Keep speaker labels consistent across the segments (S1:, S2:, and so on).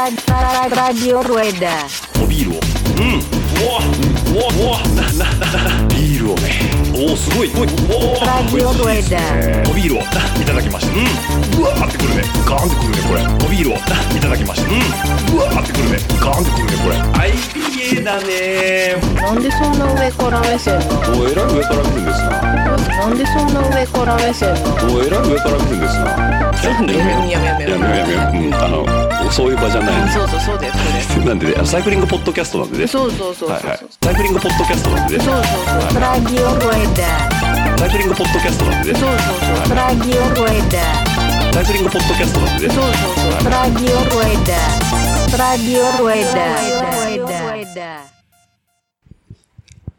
S1: Radio Rueda.
S2: おビールをうんうわうわうわななななビールをねおおすごいおいおー
S1: Radio Rueda.
S2: おビールをないただきましたうんうわーってくるねガーンってくるねこれおビールをないただきましたうんうわーってくるねガーンってくるねこれ IPA だね
S3: なんでそんな上から目線なの
S2: おえらい上から来るんですな
S3: なんでそんな上から目線なの
S2: おえらい上から来るんですなちょっとねやめ
S3: やめや
S2: やめやめやめうんあのそういう場じゃない
S3: そうそうそうだよそれ
S2: なんでねサイクリングポッドキャストなんでね
S3: そうそうそうそう
S2: はい
S3: そう
S2: はいサイクリングポッドキャストなんでね
S3: そうそう
S1: Radio Rueda.
S2: サイクリングポッドキャストなんでね
S3: そうそうそう
S1: Radio Rueda.
S2: サイクリングポッドキャストなんでね
S3: そうそうそうそう
S1: Radio Rueda. Radio Rueda. Rueda.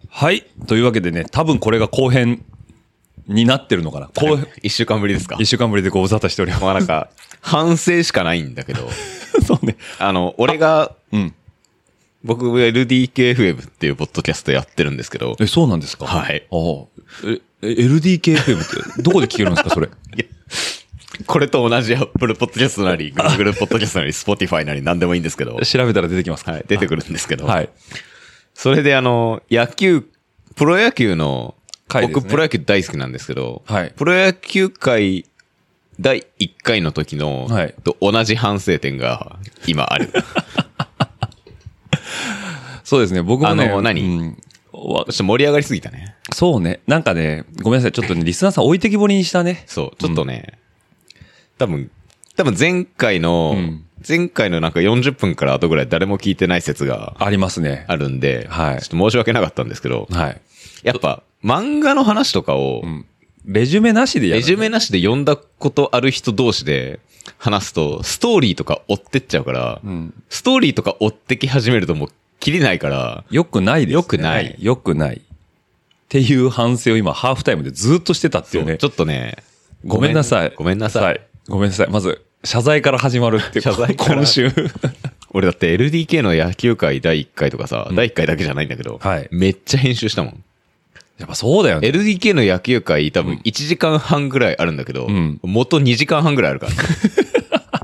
S4: はい。というわけでね、多分これが後編になってるのかな。後編、
S5: 一週間ぶりですか
S4: 一週間ぶりでご無沙汰しておりま
S5: まあなんか、反省しかないんだけど、
S4: す。そうね。
S5: あの、俺が、
S4: うん。
S5: 僕、LDKFM っていうポッドキャストやってるんですけど、
S4: え、そうなんですか
S5: はい
S4: ああ。え、え LDKFM って、どこで聞けるんですか、それ。
S5: これと同じ Apple ポッドキャストな り、Google ポッドキャストなり、Spotify なり何でもいいんですけど、
S4: 調べたら出てきますか
S5: はい、出てくるんですけど、
S4: はい。
S5: それであの、野球、プロ野球の、
S4: 回ですね
S5: 僕、プロ野球大好きなんですけど、
S4: はい
S5: プロ野球界第1回の時の、
S4: はい
S5: と同じ反省点が今ある。
S4: そうですね、僕もね。
S5: あの何
S4: うんわ
S5: そして盛り上がりすぎたね。
S4: そうね。なんかね、ごめんなさい。ちょっとね、リスナーさん置いてきぼりにしたね。
S5: そう、ちょっとね、多分、多分前回の、
S4: ん
S5: 前回のなんか40分から後ぐらい誰も聞いてない説が
S4: ありますね。
S5: あるんで、
S4: はい
S5: ちょっと申し訳なかったんですけど、
S4: はい。
S5: やっぱ漫画の話とかを、
S4: うん。レジュメなしでやる。
S5: レジュメなしで読んだことある人同士で話すと、ストーリーとか追ってっちゃうから、
S4: ん
S5: ストーリーとか追ってき始めるともう切りないから、
S4: よくないです、ね。
S5: よくない
S4: よくない。っていう反省を今、ハーフタイムでずっとしてたっていうね。
S5: ちょっとね、
S4: ごめんなさい。
S5: ごめんなさ。
S4: はいい。ごめんなさい。まず、謝罪から始ま るっていう。
S5: 謝罪から
S4: 今週。
S5: 俺だって LDK の野球界第1回とかさ、第1回だけじゃないんだけど、
S4: はい
S5: めっちゃ編集したもん。
S4: やっぱそうだよね。
S5: LDK の野球界多分1時間半ぐらいあるんだけど、
S4: ん
S5: 元2時間半ぐらいある から、ね。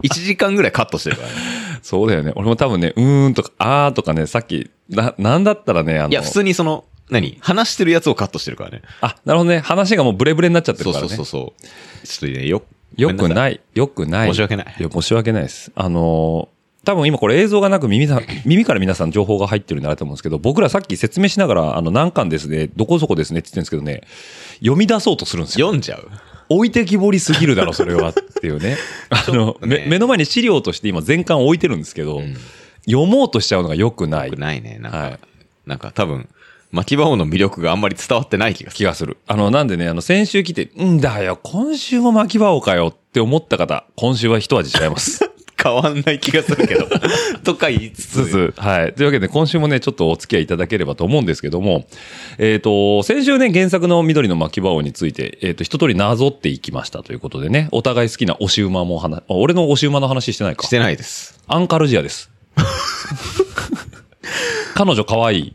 S5: 1時間ぐらいカットしてるから、ね。
S4: そうだよね。俺も多分ね、うーんとか、あーとかね、さっき、な、なんだったらね、あの、
S5: いや、普通にその、何話してるやつをカットしてるからね。
S4: あ、なるほどね。話がもうブレブレになっちゃって
S5: そ
S4: る
S5: う
S4: から
S5: そ
S4: ね。
S5: うそうそう。ちょっとね、よ、
S4: よく
S5: い。
S4: ない。よくない。
S5: 申し訳ない
S4: いや、申し訳ないです。あのー多分今これ映像がなく耳さ、耳から皆さん情報が入ってるんだなと思うんですけど、僕らさっき説明しながら、あの、何巻ですね、どこそこですねって言ってるんですけどね、読み出そうとするんですよ。
S5: 読んじゃう。
S4: 置いてきぼりすぎるだろ、それは。っていう ね。あの、
S5: ね
S4: め目の前に資料として今全巻置いてるんですけど、読もうとしちゃうのが良くない
S5: よくないね。なんか、
S4: はい
S5: なんか多分、巻き場王の魅力があんまり伝わってない気がす
S4: 気
S5: る。
S4: がする。あの、なんでね、あの、先週来て、んだよ、今週も巻き場をかよって思った方、今週は一味違います。
S5: 変わんない気がする けど。とか言いつ
S4: ず
S5: つ。
S4: つ、はい。というわけで、今週もね、ちょっとお付き合いいただければと思うんですけども、えっ、と、先週ね、原作の緑の巻き場王について、えっ、と、一通りなぞっていきましたということでね、お互い好きな押し馬も話、あ俺の押し馬の話してないか
S5: し。てないです。
S4: アンカルジア です。彼女可愛い。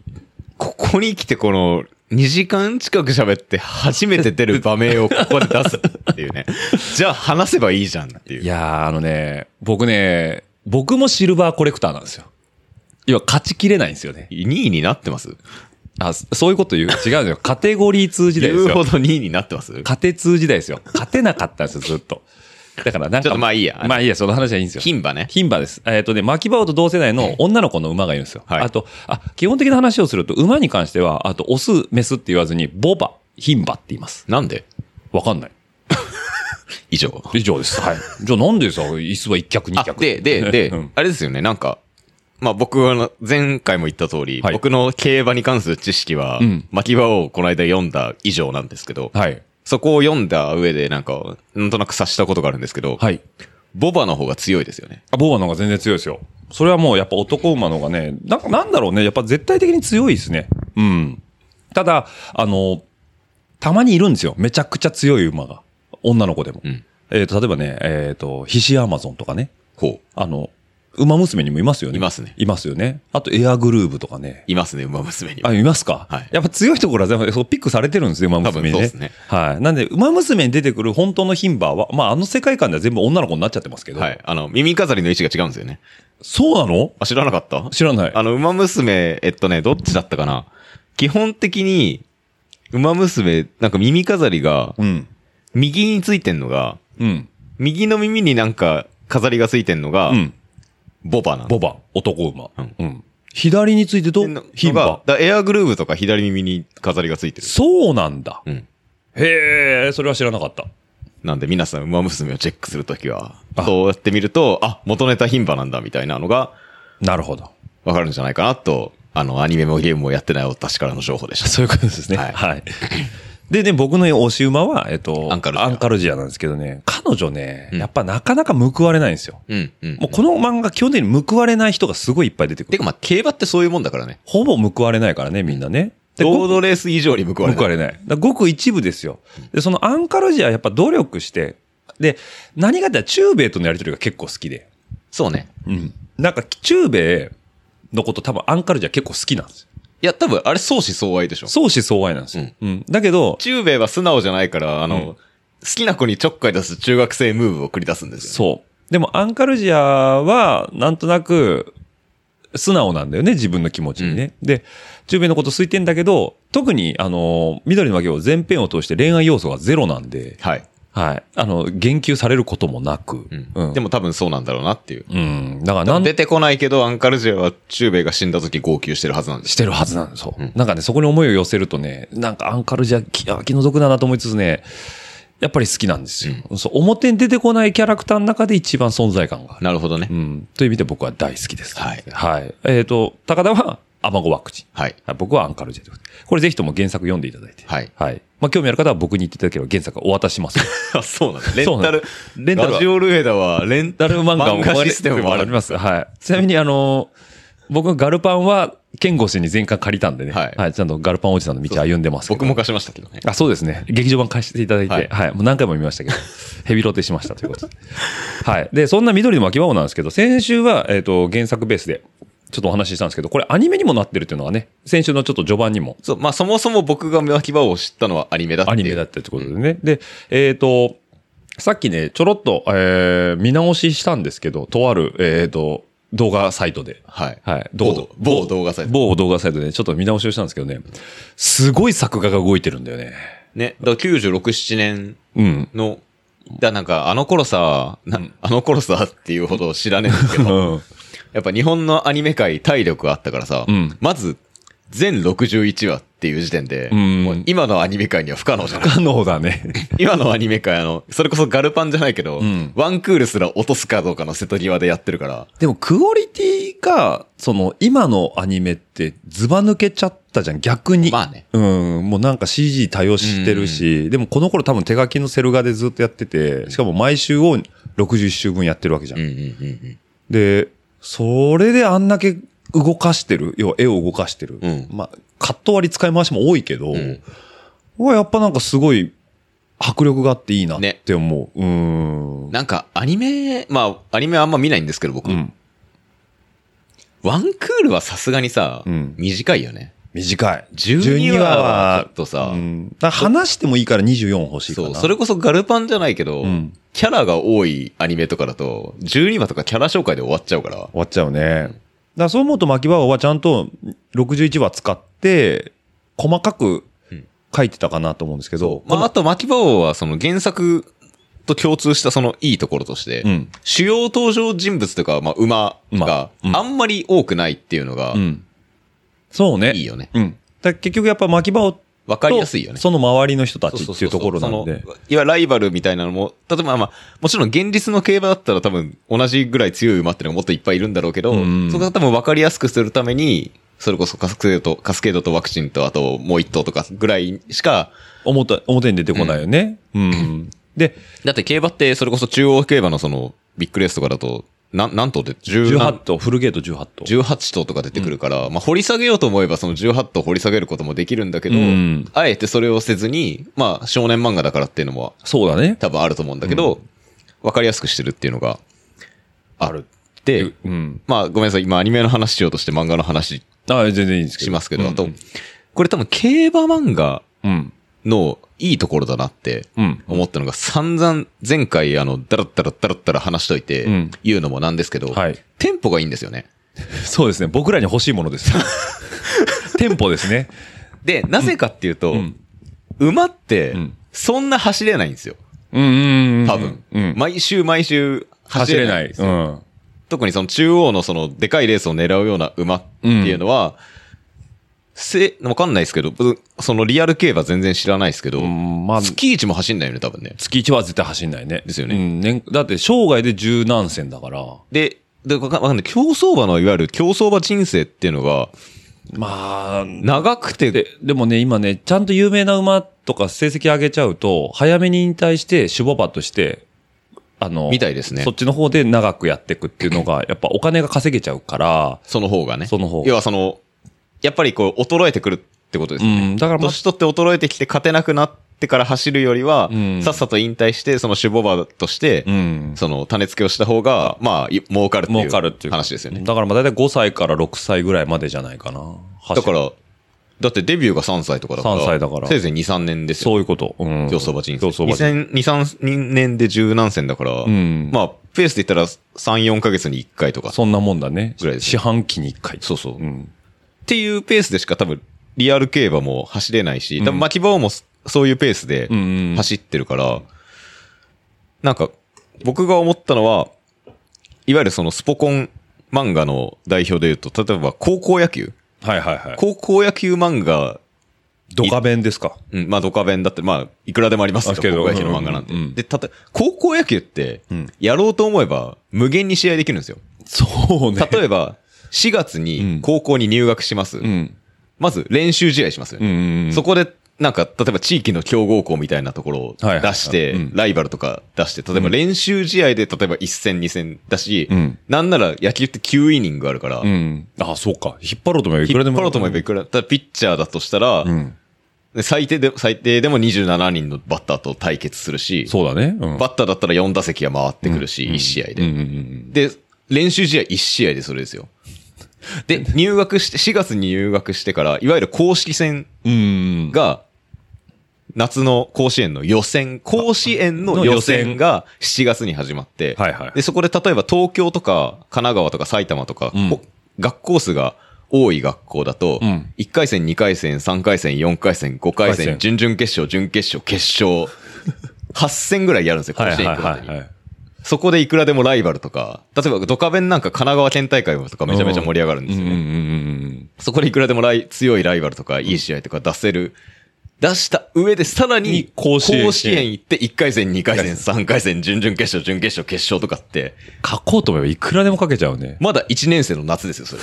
S5: ここに来てこの、2時間近く喋って初めて出る場面を ここで出すっていうね。じゃあ話せばいいじゃんっていう。
S4: いやー、あのね、僕ね、僕もシルバーコレクターなんですよ。要は勝ちきれないんですよね。
S5: 2位になってます
S4: あ、そそういうこと言う。違 うのよ。カテゴリー通時代
S5: 言
S4: です
S5: うほ
S4: よ。
S5: ど2位になってます
S4: カテ通時代ですよ。勝てなかったんですよ、ずっと。だからなんか。
S5: ちょっとまあいいや
S4: まあいいや、その話はいいんですよ。
S5: 牝馬ね。
S4: 牝馬です。えっ、とね、巻き馬王と同世代の女の子の馬がいるんですよ。
S5: はい
S4: あと、あ、基本的な話をすると、馬に関しては、あと、オス、メスって言わずに、ボバ、牝馬って言います。
S5: なんで
S4: わかんない。
S5: 以上。
S4: 以上です。はい。じゃあなんでさ、椅子は一脚二
S5: あ、
S4: 脚。
S5: で、で、で、
S4: うん
S5: あれですよね、なんか、まあ僕はあの前回も言った通り、
S4: はい
S5: 僕の競馬に関する知識は、
S4: ん
S5: 巻き場をこの間読んだ以上なんですけど、
S4: はい。
S5: そこを読んだ上でなんか、なんとなく察したことがあるんですけど、
S4: はい。
S5: ボバの方が強いですよね。
S4: あ、ボーバの方が全然強いですよ。それはもうやっぱ男馬の方がね、な、なんだろうね。やっぱ絶対的に強いですね。うん。ただ、あの、たまにいるんですよ。めちゃくちゃ強い馬が。女の子でも。
S5: ん
S4: えっ、と、例えばね、えっ、と、ヒシアマゾンとかね。
S5: ほう。
S4: あの、馬娘にもいますよね。
S5: いますね
S4: いますよね。あと、エアグルーヴとかね。
S5: いますね、馬娘にも。
S4: あ、いますか、
S5: はい
S4: やっぱ強いところは全部そうピックされてるんですね、馬
S5: 多分
S4: 娘にね。
S5: そうですね
S4: はい。なんで、馬娘に出てくる本当の牝馬は、まあ、あの世界観では全部女の子になっちゃってますけど。
S5: はい。あの、耳飾りの位置が違うんですよね。
S4: そうなの
S5: あ、知らなかった
S4: 知らない。
S5: あの、馬娘、えっとね、どっちだったかな基本的に、馬娘、なんか耳飾りが、
S4: うん。
S5: 右についてんのが、
S4: うん。
S5: 右の耳になんか飾りがついてんのが、
S4: うん。
S5: ボバなの。
S4: ボバ、男馬。
S5: うん
S4: うん。左についてと、
S5: での
S4: 牝
S5: の
S4: 馬
S5: が。だエアグルーヴとか左耳に飾りがついてる。
S4: そうなんだ。
S5: うん。
S4: へえ、それは知らなかった。
S5: なんで皆さん、馬娘をチェックするときは
S4: あ、
S5: そうやってみると、あ、元ネタ牝馬なんだ、みたいなのが、
S4: なるほど。
S5: わかるんじゃないかなと、あの、アニメもゲームもやってない私からの情報でした。
S4: そういうことですね。は。
S5: はいい
S4: でね、僕の推し馬は、えっと、
S5: アンカルジア
S4: ジアなんですけどね、彼女ね、
S5: うん
S4: やっぱなかなか報われないんですよ。
S5: うん、うん。
S4: もうこの漫画基本的に報われない人がすごいいっぱい出てく
S5: て
S4: る。
S5: かまあ、競馬ってそういうもんだからね。
S4: ほぼ報われないからね、みんなね。で
S5: ロードレース以上に報われ
S4: 報わ
S5: る。
S4: れない。だからごく一部ですよ。で、そのアンカルジアはやっぱ努力して、で、何がって言ったら中米とのやりとりが結構好きで。
S5: そうね。
S4: うん。なんか中米のこと多分アンカルジア結構好きなんですよ。
S5: いや、多分、あれ相思相愛でしょ。
S4: 相思相愛なんですよ。うん。だけど、
S5: 中米は素直じゃないから、あの、
S4: うん
S5: 好きな子にちょっかい出す中学生ムーブを繰り出すんですよ、
S4: そう。でも、アンカルジアは、なんとなく、素直なんだよね、自分の気持ちにね。で、中米のこと好いてんだけど、特に、あの、緑の負けを全編を通して恋愛要素がゼロなんで、
S5: はい。
S4: はい。あの、言及されることもなく、
S5: うん。
S4: うん。
S5: でも多分そうなんだろうなっていう。
S4: うん。だから、なん
S5: 出てこないけど、アンカルジェは中米が死んだ時号泣してるはずなんです
S4: し
S5: よ。
S4: てるはずなんですよ。
S5: うん
S4: なんかね、そこに思いを寄せるとね、なんかアンカルジャ気あ気の毒だなと思いつつね、やっぱり好きなんですよ、そう。表に出てこないキャラクターの中で一番存在感がある。
S5: なるほどね。
S4: うん。という意味で僕は大好きです。
S5: はい
S4: はい。えっ、と、高田は アマゴワクチン。
S5: はい。
S4: はい、僕はアンカルジェということで。これぜひとも原作読んでいただいて。
S5: はい
S4: はい。まあ、興味ある方は僕に言っていただければ原作はお渡しします。
S5: あ、 そうなんだ。レ
S4: そう
S5: ン
S4: な
S5: タ
S4: んだ
S5: ル、
S4: レンタルは
S5: ラジオルエダは、レン
S4: ダル漫画も
S5: 漫画システムもあ
S4: あ
S5: る
S4: ります。はい。ちなみに、あの、僕のガルパンは、ケンゴ氏に全巻借りたんでね。
S5: はい
S4: ちゃんとガルパンおじさんの道歩んでますけど
S5: 僕も貸しましたけどね。
S4: あ、そうですね。劇場版貸していただいて、は
S5: はいい、
S4: もう何回も見ましたけど、ヘビロテしましたということで。はい。で、そんな緑の巻き場なんですけど、先週は、えっ、と、原作ベースで、ちょっとお話ししたんですけど、これアニメにもなってるっていうのはね、先週のちょっと序盤にも
S5: そう、まあそもそも僕が巻き場を知ったのはアニメだってい
S4: ア
S5: う。
S4: ニメだったってことでね。で、えっ、と、さっきね、ちょろっと、えー、見直ししたんですけど、とある、えっ、と、動画サイトで。
S5: はい。
S4: はい。どう
S5: 某、某動画サイト。
S4: 某動画サイトでちょっと見直しをしたんですけどね、すごい作画が動いてるんだよね。
S5: ね。だから96、7年
S4: うん。
S5: の、だなんか、あの頃さ、なあの頃さっていうほど知らねえんだけ
S4: う
S5: ど、
S4: ん。
S5: やっぱ日本のアニメ界体力あったからさ、
S4: うん
S5: まず、全61話っていう時点で、
S4: うん
S5: もう今のアニメ界には不可能じゃない
S4: 可能だね。
S5: 今のアニメ界、あの、それこそガルパンじゃないけど、
S4: ん
S5: ワンクールすら落とすかどうかの瀬戸際でやってるから、
S4: でもクオリティが、その今のアニメってずば抜けちゃったじゃん、逆に。
S5: まあね
S4: うん、もうなんか CG 多用してるし、でもこの頃多分手書きのセル画でずっとやってて、しかも毎週を61週分やってるわけじゃん。
S5: うんうん
S4: で、それであんだけ動かしてる、要は絵を動かしてる。
S5: うん
S4: まあ、カット割り使い回しも多いけど、
S5: ん
S4: はやっぱなんかすごい迫力があっていいなって思う。うん。
S5: なんか、アニメ、まあ、アニメあんま見ないんですけど、僕。
S4: うん。
S5: ワンクールはさすがにさ、
S4: うん
S5: 短いよね。
S4: 短い。
S5: 12話は、ちょっとさ、
S4: うん、だから話してもいいから24欲しいかな。
S5: そう、それこそガルパンじゃないけど、
S4: うん
S5: キャラが多いアニメとかだと、12話とかキャラ紹介で終わっちゃうから、
S4: 終わっちゃうね。だからそう思うと牧場はちゃんと61話使って、細かく
S5: うん
S4: 書いてたかなと思うんですけど、
S5: まあ、あと、巻き場王は、その原作と共通したそのいいところとして、
S4: うん
S5: 主要登場人物とか、まあ、馬が
S4: 馬うん
S5: あんまり多くないっていうのが
S4: うん。そうね。
S5: いいよね。
S4: うん。だから結局やっぱ牧場と、
S5: わかりやすいよね。
S4: その周りの人た
S5: そ
S4: ち
S5: そ
S4: っ
S5: そ
S4: ていうところなんで。
S5: そのいわゆるライバルみたいなのも、例えばまあ、もちろん現実の競馬だったら多分同じぐらい強い馬ってのがもっといっぱいいるんだろうけど、
S4: うん
S5: そこは多分わかりやすくするために、それこそカスケードと、カスケードとワクチンと、あともう一頭とかぐらいしか、
S4: 表、表に出てこないよね。うん。で、
S5: だって競馬ってそれこそ中央競馬のそのビッグレースとかだと、なん、なん頭で十何
S4: 18頭、フルゲート18頭。
S5: 18頭とか出てくるから、まあ掘り下げようと思えばその18頭掘り下げることもできるんだけど、
S4: うん
S5: あえてそれをせずに、まあ少年漫画だからっていうのも
S4: そうだね。
S5: 多分あると思うんだけど、わ、かりやすくしてるっていうのがある。でて、
S4: うん。
S5: まあごめんなさい、今アニメの話しようとして漫画の話
S4: あ全然いいんですけど。
S5: しますけど、
S4: うん
S5: あと、これ多分競馬漫画
S4: うん。
S5: のいいところだなって
S4: うん。
S5: 思ったのが散々前回あの、だらったらだらったら話しといて
S4: うん
S5: 言うのもなんですけど、
S4: はい
S5: テンポがいいんですよね。
S4: そうですね。僕らに欲しいもの です。テンポですね。
S5: で、なぜかっていうと、
S4: うん。
S5: 馬って
S4: うん、
S5: そんな走れないんですよ。
S4: うんうんうん。
S5: 多分。
S4: うん。
S5: 毎週毎週
S4: 走
S5: 走
S4: れ
S5: れ
S4: な。
S5: ないい。
S4: うん。
S5: 特にその中央のそのでかいレースを狙うような馬っていうのは、せ、わかんないですけど、ぶそのリアル競馬全然知らないですけど、
S4: うんまあ
S5: 月一も走んないよね、多分ね。
S4: 月1は絶対走んないね。
S5: ですよね
S4: うん。年だって、生涯で十何戦だから。
S5: で、で、わかわかんない。競走馬のいわゆる競走馬人生っていうのが、
S4: まあ、
S5: 長く
S4: で
S5: て、、
S4: でもね、今ね、ちゃんと有名な馬とか成績上げちゃうと、早めに引退して、種牡馬として、あの、
S5: みたいですね
S4: そっちの方で長くやっていくっていう のが、やっぱお金が稼げちゃうから、
S5: その方がね。
S4: その方が
S5: 要はその、やっぱりこう、衰えてくるってことですよね。
S4: うんだからまあ
S5: 年取って衰えてきて勝てなくなってから走るよりは、
S4: うん
S5: さっさと引退して、その守護馬として、
S4: うん。
S5: その種付けをした方が、まあ、い儲かるっていう
S4: 儲かるっていう。
S5: 話ですよね。
S4: だからまあ大体5歳から6歳ぐらいまでじゃないかな。
S5: だか
S4: 走る、
S5: ら、だってデビューが3歳とかだから、
S4: 3歳だから
S5: せいぜい2、3年です
S4: そ
S5: よ。
S4: ういうこと。うん。
S5: 競走馬人生。
S4: 競走馬人生。
S5: 2、3年で十何戦だから、
S4: ん
S5: まあ、ペースで言ったら3、4ヶ月に1回とか、
S4: そんなもんだね。
S5: ぐらいです
S4: 四半期に1回。
S5: そうそう
S4: うん。
S5: っていうペースでしか多分、リアル競馬も走れないし、多分、牧場もそそういうペースで
S4: うんうん
S5: 走ってるから、なんか、僕が思ったのは、いわゆるそのスポコン漫画の代表で言うと、例えば高校野球。
S4: はいはいはい。
S5: 高校野球漫画、
S4: ドカベンですか。
S5: うん、まあ、ドカベンだって、まあ、いくらでもあります
S4: あ
S5: け
S4: け
S5: ど、
S4: ど
S5: 高校野球の漫画なんて。
S4: うんうん
S5: で、たと高校野球って
S4: ん、
S5: やろうと思えば、無限に試合できるんですよ。
S4: そうね。
S5: 例えば、4月
S4: う
S5: に
S4: ん
S5: 高校に入学します。
S4: うん。
S5: まず練習試合しますよね。
S4: うんうんうん
S5: そこで、なんか、例えば地域の強豪校みたいなところを
S4: はいはいはい
S5: 出して、
S4: うん
S5: ライバルとか出して、例えば練習試合で、例えば1戦2戦だし、
S4: うん
S5: なんなら野球って9イニングあるから、
S4: うん。あそうか。引っ張ろうと思えばいく
S5: 引
S4: ら
S5: っ
S4: でも。
S5: 張ろうと思えばいくら、ただピッチャーだとしたら、
S4: うん。
S5: 最低で、最低でも27人のバッターと対決するし、
S4: そうだね。うん。
S5: バッターだったら4打席が回ってくるし、1試合で。
S4: うんうんうん
S5: で、練習試合1試合でそれですよ。 で、入学して、4月に入学してから、いわゆる公式戦
S4: うん。うん。
S5: が、夏の甲子園の予選、甲子園の予選が7月に始まって、
S4: はいはい
S5: で、そこで例えば東京とか神奈川とか埼玉とか、
S4: うん
S5: こ学校数が多い学校だと、
S4: うん
S5: 1回戦、2回戦、3回戦、4回戦、5回
S4: 回
S5: 戦、
S4: 戦
S5: 準々決勝、準決勝、決勝、8戦ぐらいやるんですよ、甲
S4: はい
S5: 子園
S4: は
S5: 行
S4: い
S5: くま
S4: は
S5: で
S4: い
S5: に
S4: はい。
S5: そこでいくらでもライバルとか、例えばドカベンなんか神奈川県大会とかめちゃめちゃ盛り上がるんですよね。
S4: うんうんうん
S5: そこでいくらでもライ強いライバルとか、いい試合とか出せる。出した上で、さらに
S4: に、甲子園
S5: 行って、1回戦、2回戦、3回戦、準々決勝、準決勝、決勝とかって、
S4: 書こうと思えばいくらでも書けちゃうね。
S5: まだ1年生の夏ですよ、そ れ。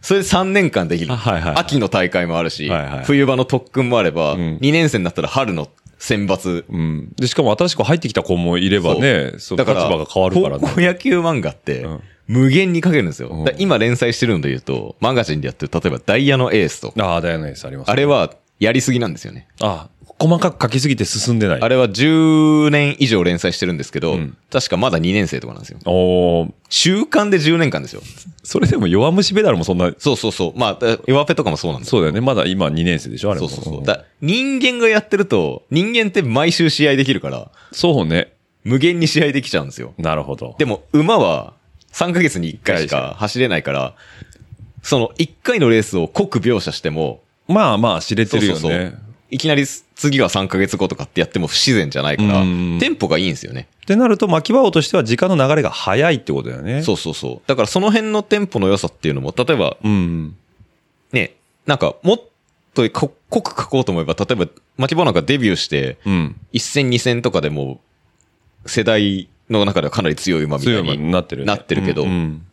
S5: それで3年間できる。
S4: あはいはい
S5: 秋の大会もあるし、
S4: はいはい
S5: 冬場の特訓もあれば、
S4: ん
S5: 2年生になったら春の選抜。
S4: うん。で、しかも新しく入ってきた子もいればね、その立場が変わるから
S5: 高校
S4: ね。
S5: 野球漫画って
S4: ん、
S5: 無限に書けるんですよ。
S4: ん
S5: だから今連載してるので言うと、マガジンでやってる、例えばダイヤのエースとか、
S4: ああ、ダイアナエースあります。
S5: あれはやりすぎなんですよね。
S4: あ細かく書きすぎて進んでない。
S5: あれは10年以上連載してるんですけど、
S4: ん
S5: 確かまだ2年生とかなんですよ。
S4: おー
S5: 週間で10年間ですよ。
S4: それでも弱虫ベダルもそんな、
S5: そうそうそう。まあ、だ弱ペとかもそうなんですよ。
S4: そうだよね。まだ今2年生でしょあれ
S5: そう
S4: も。
S5: そうそう。
S4: ん
S5: だ人間がやってると、人間って毎週試合できるから、
S4: そうね。
S5: 無限に試合できちゃうんですよ。
S4: なるほど。
S5: でも、馬は3ヶ月に1回しか走れないから、その1回のレースを濃く描写しても、
S4: まあまあ知れてるよね。
S5: そうそうそういきなり次は3ヶ月後とかってやっても不自然じゃないから、
S4: うん
S5: テンポがいいんですよね。
S4: ってなると、巻き場王としては時間の流れが早いってことだよね。
S5: そうそうそう。だからその辺のテンポの良さっていうのも、例えば
S4: う。うん。
S5: ね、なんか、もっとこ濃く書こうと思えば、例えば、牧場なんかデビューして、
S4: うん。
S5: 1戦2戦とかでも、世代の中ではかなり強い馬みた
S4: 強
S5: い
S4: いも
S5: に
S4: になってるね、
S5: なってるけど、
S4: うんうん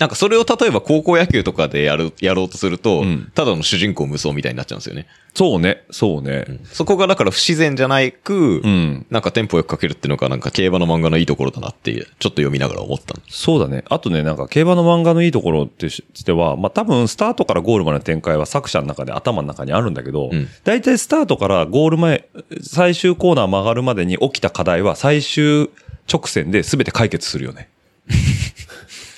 S5: なんかそれを例えば高校野球とかでやる、やろうとすると、
S4: うん
S5: ただの主人公無双みたいになっちゃうんですよね。
S4: そうね。そうね。
S5: そこがだから不自然じゃないく、
S4: うん
S5: なんかテンポよく書けるっていうのが、なんか競馬の漫画のいいところだなって、ちょっと読みながら思ったの
S4: そうだね。あとね、なんか、競馬の漫画のいいところってしては、まあ多分、スタートからゴールまでの展開は作者の中で頭の中にあるんだけど
S5: うん、
S4: 大、体、スタートからゴール前、最終コーナー曲がるまでに起きた課題は最終直線で全て解決するよね。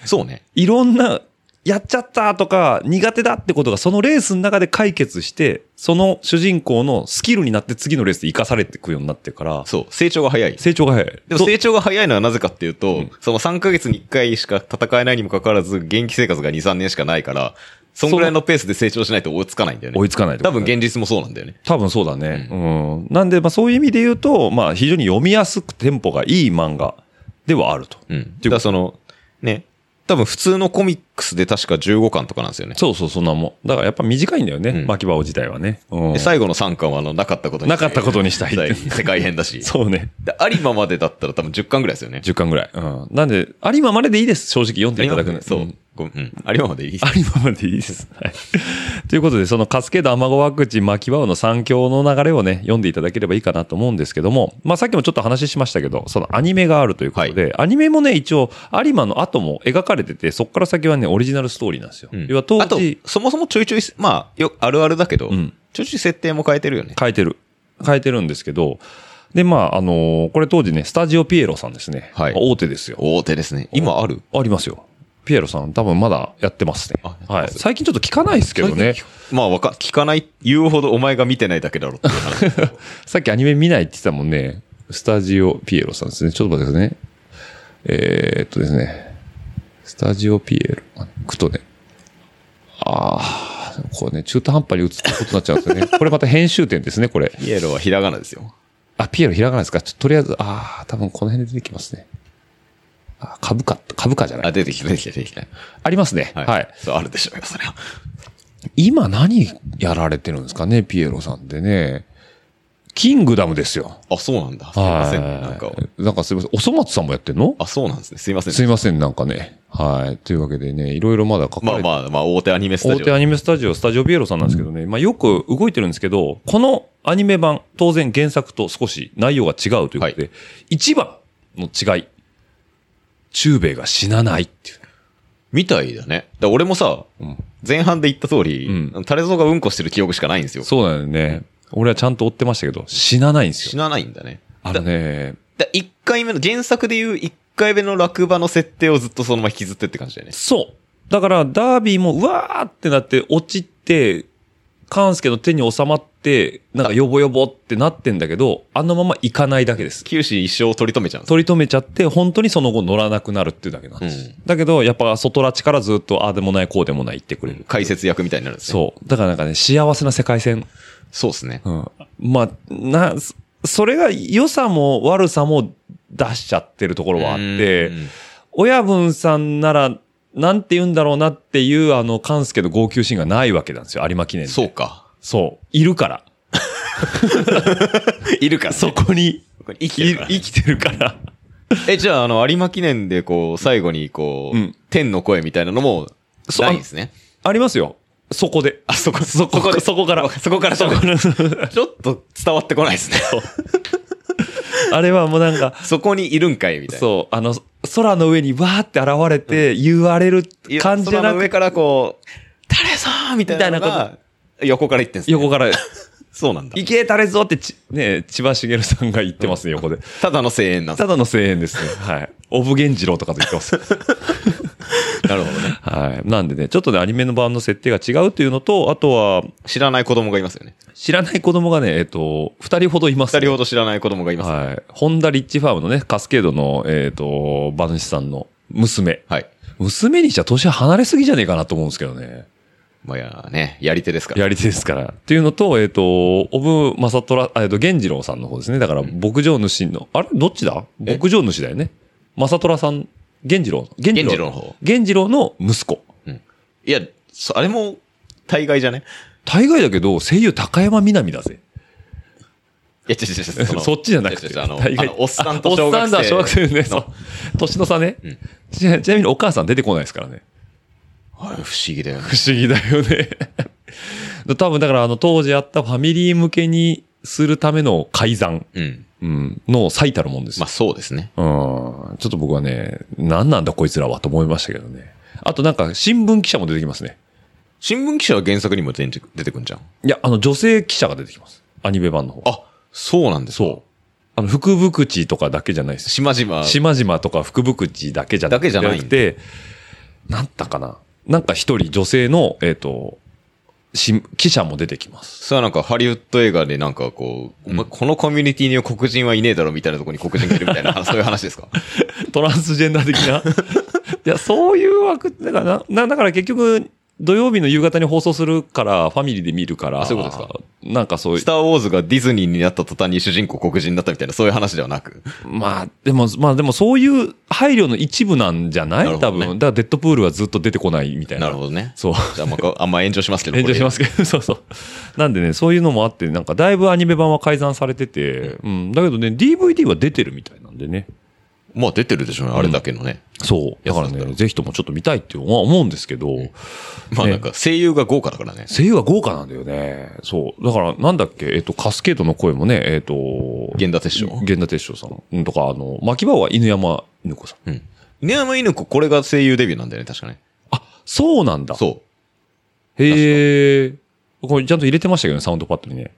S5: そうね。
S4: いろんな、やっちゃったとか、苦手だってことが、そのレースの中で解決して、その主人公のスキルになって次のレースで生かされていくようになってるから、
S5: そう。成長が早い。
S4: 成長が早い。
S5: でも
S4: そ
S5: 成長が早いのはなぜかっていうと、その3ヶ月に1回しか戦えないにもかかわらず、現役生活が2、3年しかないから、そんぐらいのペースで成長しないと追いつかないんだよね。
S4: 追いつかないってこ
S5: 多
S4: と
S5: 分現実もそうなんだよね。
S4: 多分そうだね。うん。なんで、まあそういう意味で言うと、まあ非常に読みやすくテンポがいい漫画ではあると。
S5: うん。
S4: て
S5: だか
S4: いうから
S5: その、ね、多分普通のコミックスで確か15巻とかなんですよね。
S4: そうそう、そんなもん。だからやっぱ短いんだよね。
S5: うん
S4: 巻き場自体はね。うん
S5: で。最後の3巻はあの、なかったことに
S4: なかったことにしたいって
S5: 世界編だし。
S4: そうね。
S5: で、有馬までだったら多分10巻ぐらいですよね。
S4: 10巻ぐらい。うん。なんで、有馬まででいいです。正直読んでいただくの
S5: そ
S4: ん
S5: う。ごうん。有馬までいい
S4: ありままでいいです。はい。ということで、その、カスケード、アマゴワクチン、マキワウの三強の流れをね、読んでいただければいいかなと思うんですけども、まあ、さっきもちょっと話しましたけど、そのアニメがあるということで、アニメもね、一応、有馬の後も描かれてて、そこから先はね、オリジナルストーリーなんですよ。
S5: うん
S4: 要は当
S5: あと
S4: 時、、
S5: そもそもちょいちょい、まあ、よくあるあるだけど、
S4: うん
S5: ちょいちょい設定も変えてるよね。
S4: 変えてる。変えてるんですけど、で、まあ、あのーこれ当時ね、スタジオピエロさんですね。
S5: はい
S4: 大手ですよ。
S5: 大手ですね。今ある
S4: ありますよ。ピエロさん、多分まだやってますね
S5: あやって。ます
S4: はい。最近ちょっと聞かないですけどね。
S5: まあ、わか、聞かない、言うほどお前が見てないだけだろうっていう話
S4: さっきアニメ見ないって言ってたもんね。スタジオピエロさんですね。ちょっと待ってくださいね。えーっとですね。スタジオピエロ。あくとね。あー、こうね、中途半端に映ったことになっちゃうんですよね。 これまた編集点ですね、これ。
S5: イエローはひらがなですよ。
S4: あ、ピエロ開かないですかちょっととりあえず、あー、多分この辺で出てきますね。あ、株価、株価じゃな
S5: あ、
S4: い。
S5: 出てきた、出てきた、出てきた。
S4: ありますね。はい。
S5: そう、あるでしょうよ、それは。
S4: 今何やられてるんですかね、ピエロさんってね。キングダムですよ。
S5: あ、そうなんだ。すいません。なんか
S4: は、いなんかすいません。おそ松さんもやってんの
S5: あ、そうなんですね。すいません。
S4: すいません、なんかね。はい。というわけでね、いろいろまだ書か
S5: まあ
S4: れて、
S5: まあまあ、大手アニメスタ
S4: 大
S5: ジ
S4: 手
S5: オ。
S4: アニメスタジオ、スタジオビエロさんなんですけどね、まあよく動いてるんですけど、このアニメ版、当然原作と少し内容が違うということで、
S5: は
S4: 一番の違い、中米が死なないっていう。
S5: みたいだね。だから俺もさ、
S4: ん
S5: 前半で言った通り、
S4: う
S5: タレゾウがうんこしてる記憶しかないんですよ。
S4: そうだよね。俺はちゃんと追ってましたけど、死なないんです
S5: 死
S4: よ。
S5: なないんだね。
S4: あのね、
S5: だ1回目の、原作でいう1回目の落馬の設定をずっとそのまま引きずってって感じだよね。
S4: そう。だから、ダービーも、うわーってなって、落ちて、カンスケの手に収まって、なんか、ヨボヨボってなってんだけど、あのまま行かないだけです。
S5: 九死一生を取り留めちゃうんですよ
S4: 取り留めちゃって、本当にその後乗らなくなるっていうだけなんです。
S5: うん
S4: だけど、やっぱ、外拉致からずっと、ああでもない、こうでもない言ってくれる。
S5: 解説役みたいになるんですね。
S4: そう。だからなんかね、幸せな世界線。
S5: そうですね。
S4: うん。まあ、な、そそれが良さも悪さも出しちゃってるところはあって、
S5: うん
S4: 親分さんなら、なんて言うんだろうなっていう、あの、勘介の号泣シーンがないわけなんですよ、有馬記念で。
S5: そう。か。
S4: そう。いるから。
S5: いるから、
S4: そこに、
S5: 生きて
S4: い
S5: るから
S4: 生きて るから。
S5: え、じゃあ、あの、有馬記念で、こう、最後に、こう、
S4: うん
S5: 天の声みたいなのも、
S4: そう
S5: ないんですね。
S4: ありますよ。そこで。
S5: あ、そこ、
S4: そこ
S5: で
S4: そこから
S5: わそこから、そこから。 ちょっと伝わってこないですね。
S4: あれはもうなんか、
S5: そこにいるんかい、みたいな。
S4: そう、あの、空の上にわーって現れて、言われる
S5: いや
S4: 感じじゃな
S5: 空の上
S4: く
S5: からこう、誰さーみたいなの
S4: みたい
S5: が、横から行ってんすね
S4: 横から、
S5: そうなんだ。
S4: いけたれぞってち、ね、千葉茂さんが言ってますね、横で。
S5: ただの声援なんで
S4: ただの声援ですね。はい。オブゲンジロとかと言ってます。
S5: す。 なるほどね。
S4: はい。なんでね、ちょっとね、アニメの版の設定が違うというのと、あとは、
S5: 知らない子供がいますよね。
S4: 知らない子供がね、えっと、二人ほどいます、
S5: 二人ほ
S4: ど。
S5: ど知らない子供がいます。
S4: はい。ホンダリッチファームのね、カスケードの、えっ、と、馬主さんの娘。
S5: はい。
S4: 娘にしちゃ年離れすぎじゃねえかなと思うんですけどね。
S5: まあ、やね、やり手ですから。
S4: やり手ですから。っていうのと、えっ、と、オブ・マサトラ、あえっ、と、源次郎さんの方ですね。だから、牧場主の、あれどっちだ
S5: え
S4: 牧場主だよね。マサトラさん、源次郎。源
S5: 源次郎の方
S4: 源次郎の息子。
S5: いや、そあれも、大概じゃね
S4: 大概だけど、声優高山みなみだぜ。
S5: いや、違う違う違うの。
S4: そっちじゃなく
S5: 違う違
S4: て。
S5: うあの、
S4: 大概
S5: あのおっさんと小
S4: あお
S5: 学
S4: っ
S5: 生。
S4: さんだ、小学生ね。そ
S5: の
S4: う。年の差ね、
S5: うん
S4: ちな。ちなみにお母さん出てこないですからね。
S5: あれ不思議だよね。
S4: 不思議だよね。 多分だからあの当時あったファミリー向けにするための改ざん、
S5: うん。
S4: うん、の最たるもんですよ
S5: まあ、そうですね。
S4: うん。ちょっと僕はね、何なんだこいつらはと思いましたけどね。あとなんか新聞記者も出てきますね。
S5: 新聞記者は原作にも出て出てくんじゃん。
S4: いや、あの女性記者が出てきます。アニメ版の方。
S5: あ、そうなんですか
S4: そあの、福福地とかだけじゃないです。
S5: 島々。
S4: 島々とか福福地だけじゃな
S5: だけじゃない
S4: くて、なんだかな。なんか一人女性の、えっ、と、し記者も出てきます。
S5: それはなんかハリウッド映画でなんかこう、お前このコミュニティには黒人はいねえだろみたいなところに黒人がいるみたい な、そういう話ですか
S4: トランスジェンダー的な。 いや、そういう枠、だからなな、だから結局、土曜日の夕方に放送するから、ファミリーで見るから。
S5: あそういうことですか
S4: なんかそういう
S5: ス。ターウォーズがディズニーになった途端に主人公黒人になったみたいな、そういう話ではなく。
S4: まあ、でも、まあでもそういう配慮の一部なんじゃない
S5: なるほ
S4: 多
S5: どね
S4: 分。だからデッドプールはずっと出てこないみたいな。
S5: なるほどね。
S4: そう。
S5: じゃあ、まあ、あんま炎上しますけど。。
S4: 炎上しますすけど、そう そう。なんでね、そういうのもあって、なんかだいぶアニメ版は改ざんされてて、うん。だけどね、DVD は出てるみたいなんでね。
S5: まあ出てるでしょうね、あれだけのね。
S4: そう。だから
S5: そうだろ
S4: ね、
S5: う
S4: ぜひともちょっと見たいっては思うんですけど、
S5: まあなんか声優が豪華だからね。
S4: 声優は豪華なんだよね。そう。だから、なんだっけ、えっと、カスケードの声もね、えっと、
S5: 源田鉄章。
S4: 源田鉄章さんうんとか、あの、牧場は犬山犬子さん。
S5: うん。犬山犬子、これが声優デビューなんだよね、確かね。
S4: あ、そうなんだ。
S5: そう。
S4: へえ。これちゃんと入れてましたけどね、サウンドパッドにね。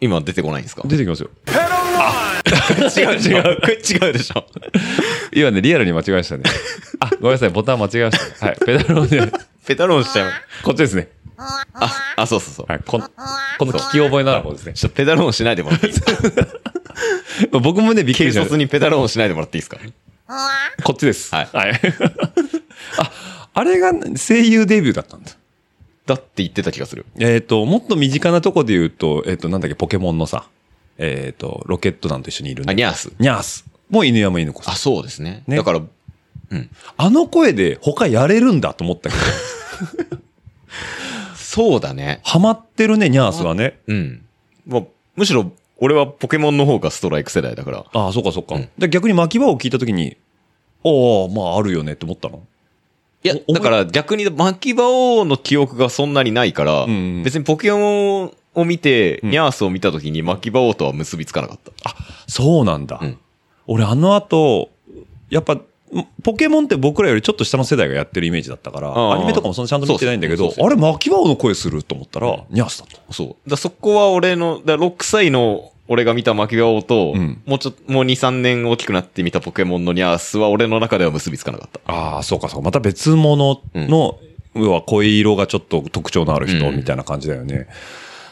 S5: 今出てこないんですか
S4: 出てきますよ。
S5: 違う違う。違うでしょ。
S4: 今ね、リアルに間違えましたね。あ、ごめんなさい、ボタン間違えました。はい、ペダルをね、
S5: ペタロンしちゃう。
S4: こっちですね。
S5: あ、あ、そうそうそう。
S4: はい、この、この聞き覚えのある方ですね。
S5: ちょっとペタロンしないでもらっていいです か
S4: 僕もね、びっく
S5: 軽
S4: りしました
S5: 率。にペタロンしないでもらっていいですか
S4: こっちです。
S5: はい
S4: はい。 あ、あれが声優デビューだったんだ。
S5: だって言ってた気がする。
S4: えっ、と、もっと身近なとこで言うと、えっ、と、なんだっけ、ポケモンのさ、えっ、と、ロケット団と一緒にいる
S5: あ、
S4: ね。
S5: ニャース。
S4: ニャース。もう犬山犬子さん
S5: あ、。そうですね。
S4: ね
S5: だから、
S4: あの声で他やれるんだと思ったけど、
S5: そうだね。
S4: ハマってるね、ニャースはね。
S5: うん。まあ、むしろ、俺はポケモンの方がストライク世代だから。
S4: ああ、そうかそうか。
S5: うん
S4: で逆に巻き場を聞いたときに、ああ、まああるよねって思ったの。
S5: いや、
S4: お
S5: だから逆に、巻き場王の記憶がそんなにないから、
S4: んうん
S5: 別にポケモンを見て、
S4: ん
S5: ニャースを見た時に巻き場王とは結びつかなかった。
S4: そうなんだ。
S5: うん
S4: 俺あの後、やっぱ、んポケモンって僕らよりちょっと下の世代がやってるイメージだったから、
S5: ああ
S4: アニメとかもそんなちゃんと見てないんだけ
S5: そう
S4: ど
S5: そう、そう
S4: あれ、巻き場王の声すると思ったら、ニャースだと。
S5: そう。だからそこは俺の、だから6歳の俺が見た巻き場王と、
S4: うん
S5: もうちょっと、もう2、3年大きくなって見たポケモンのニャースは俺の中では結びつかなかった。
S4: ああ、そうかそうか。また別物の、要は声色がちょっと特徴のある人
S5: うん
S4: みたいな感じだよね。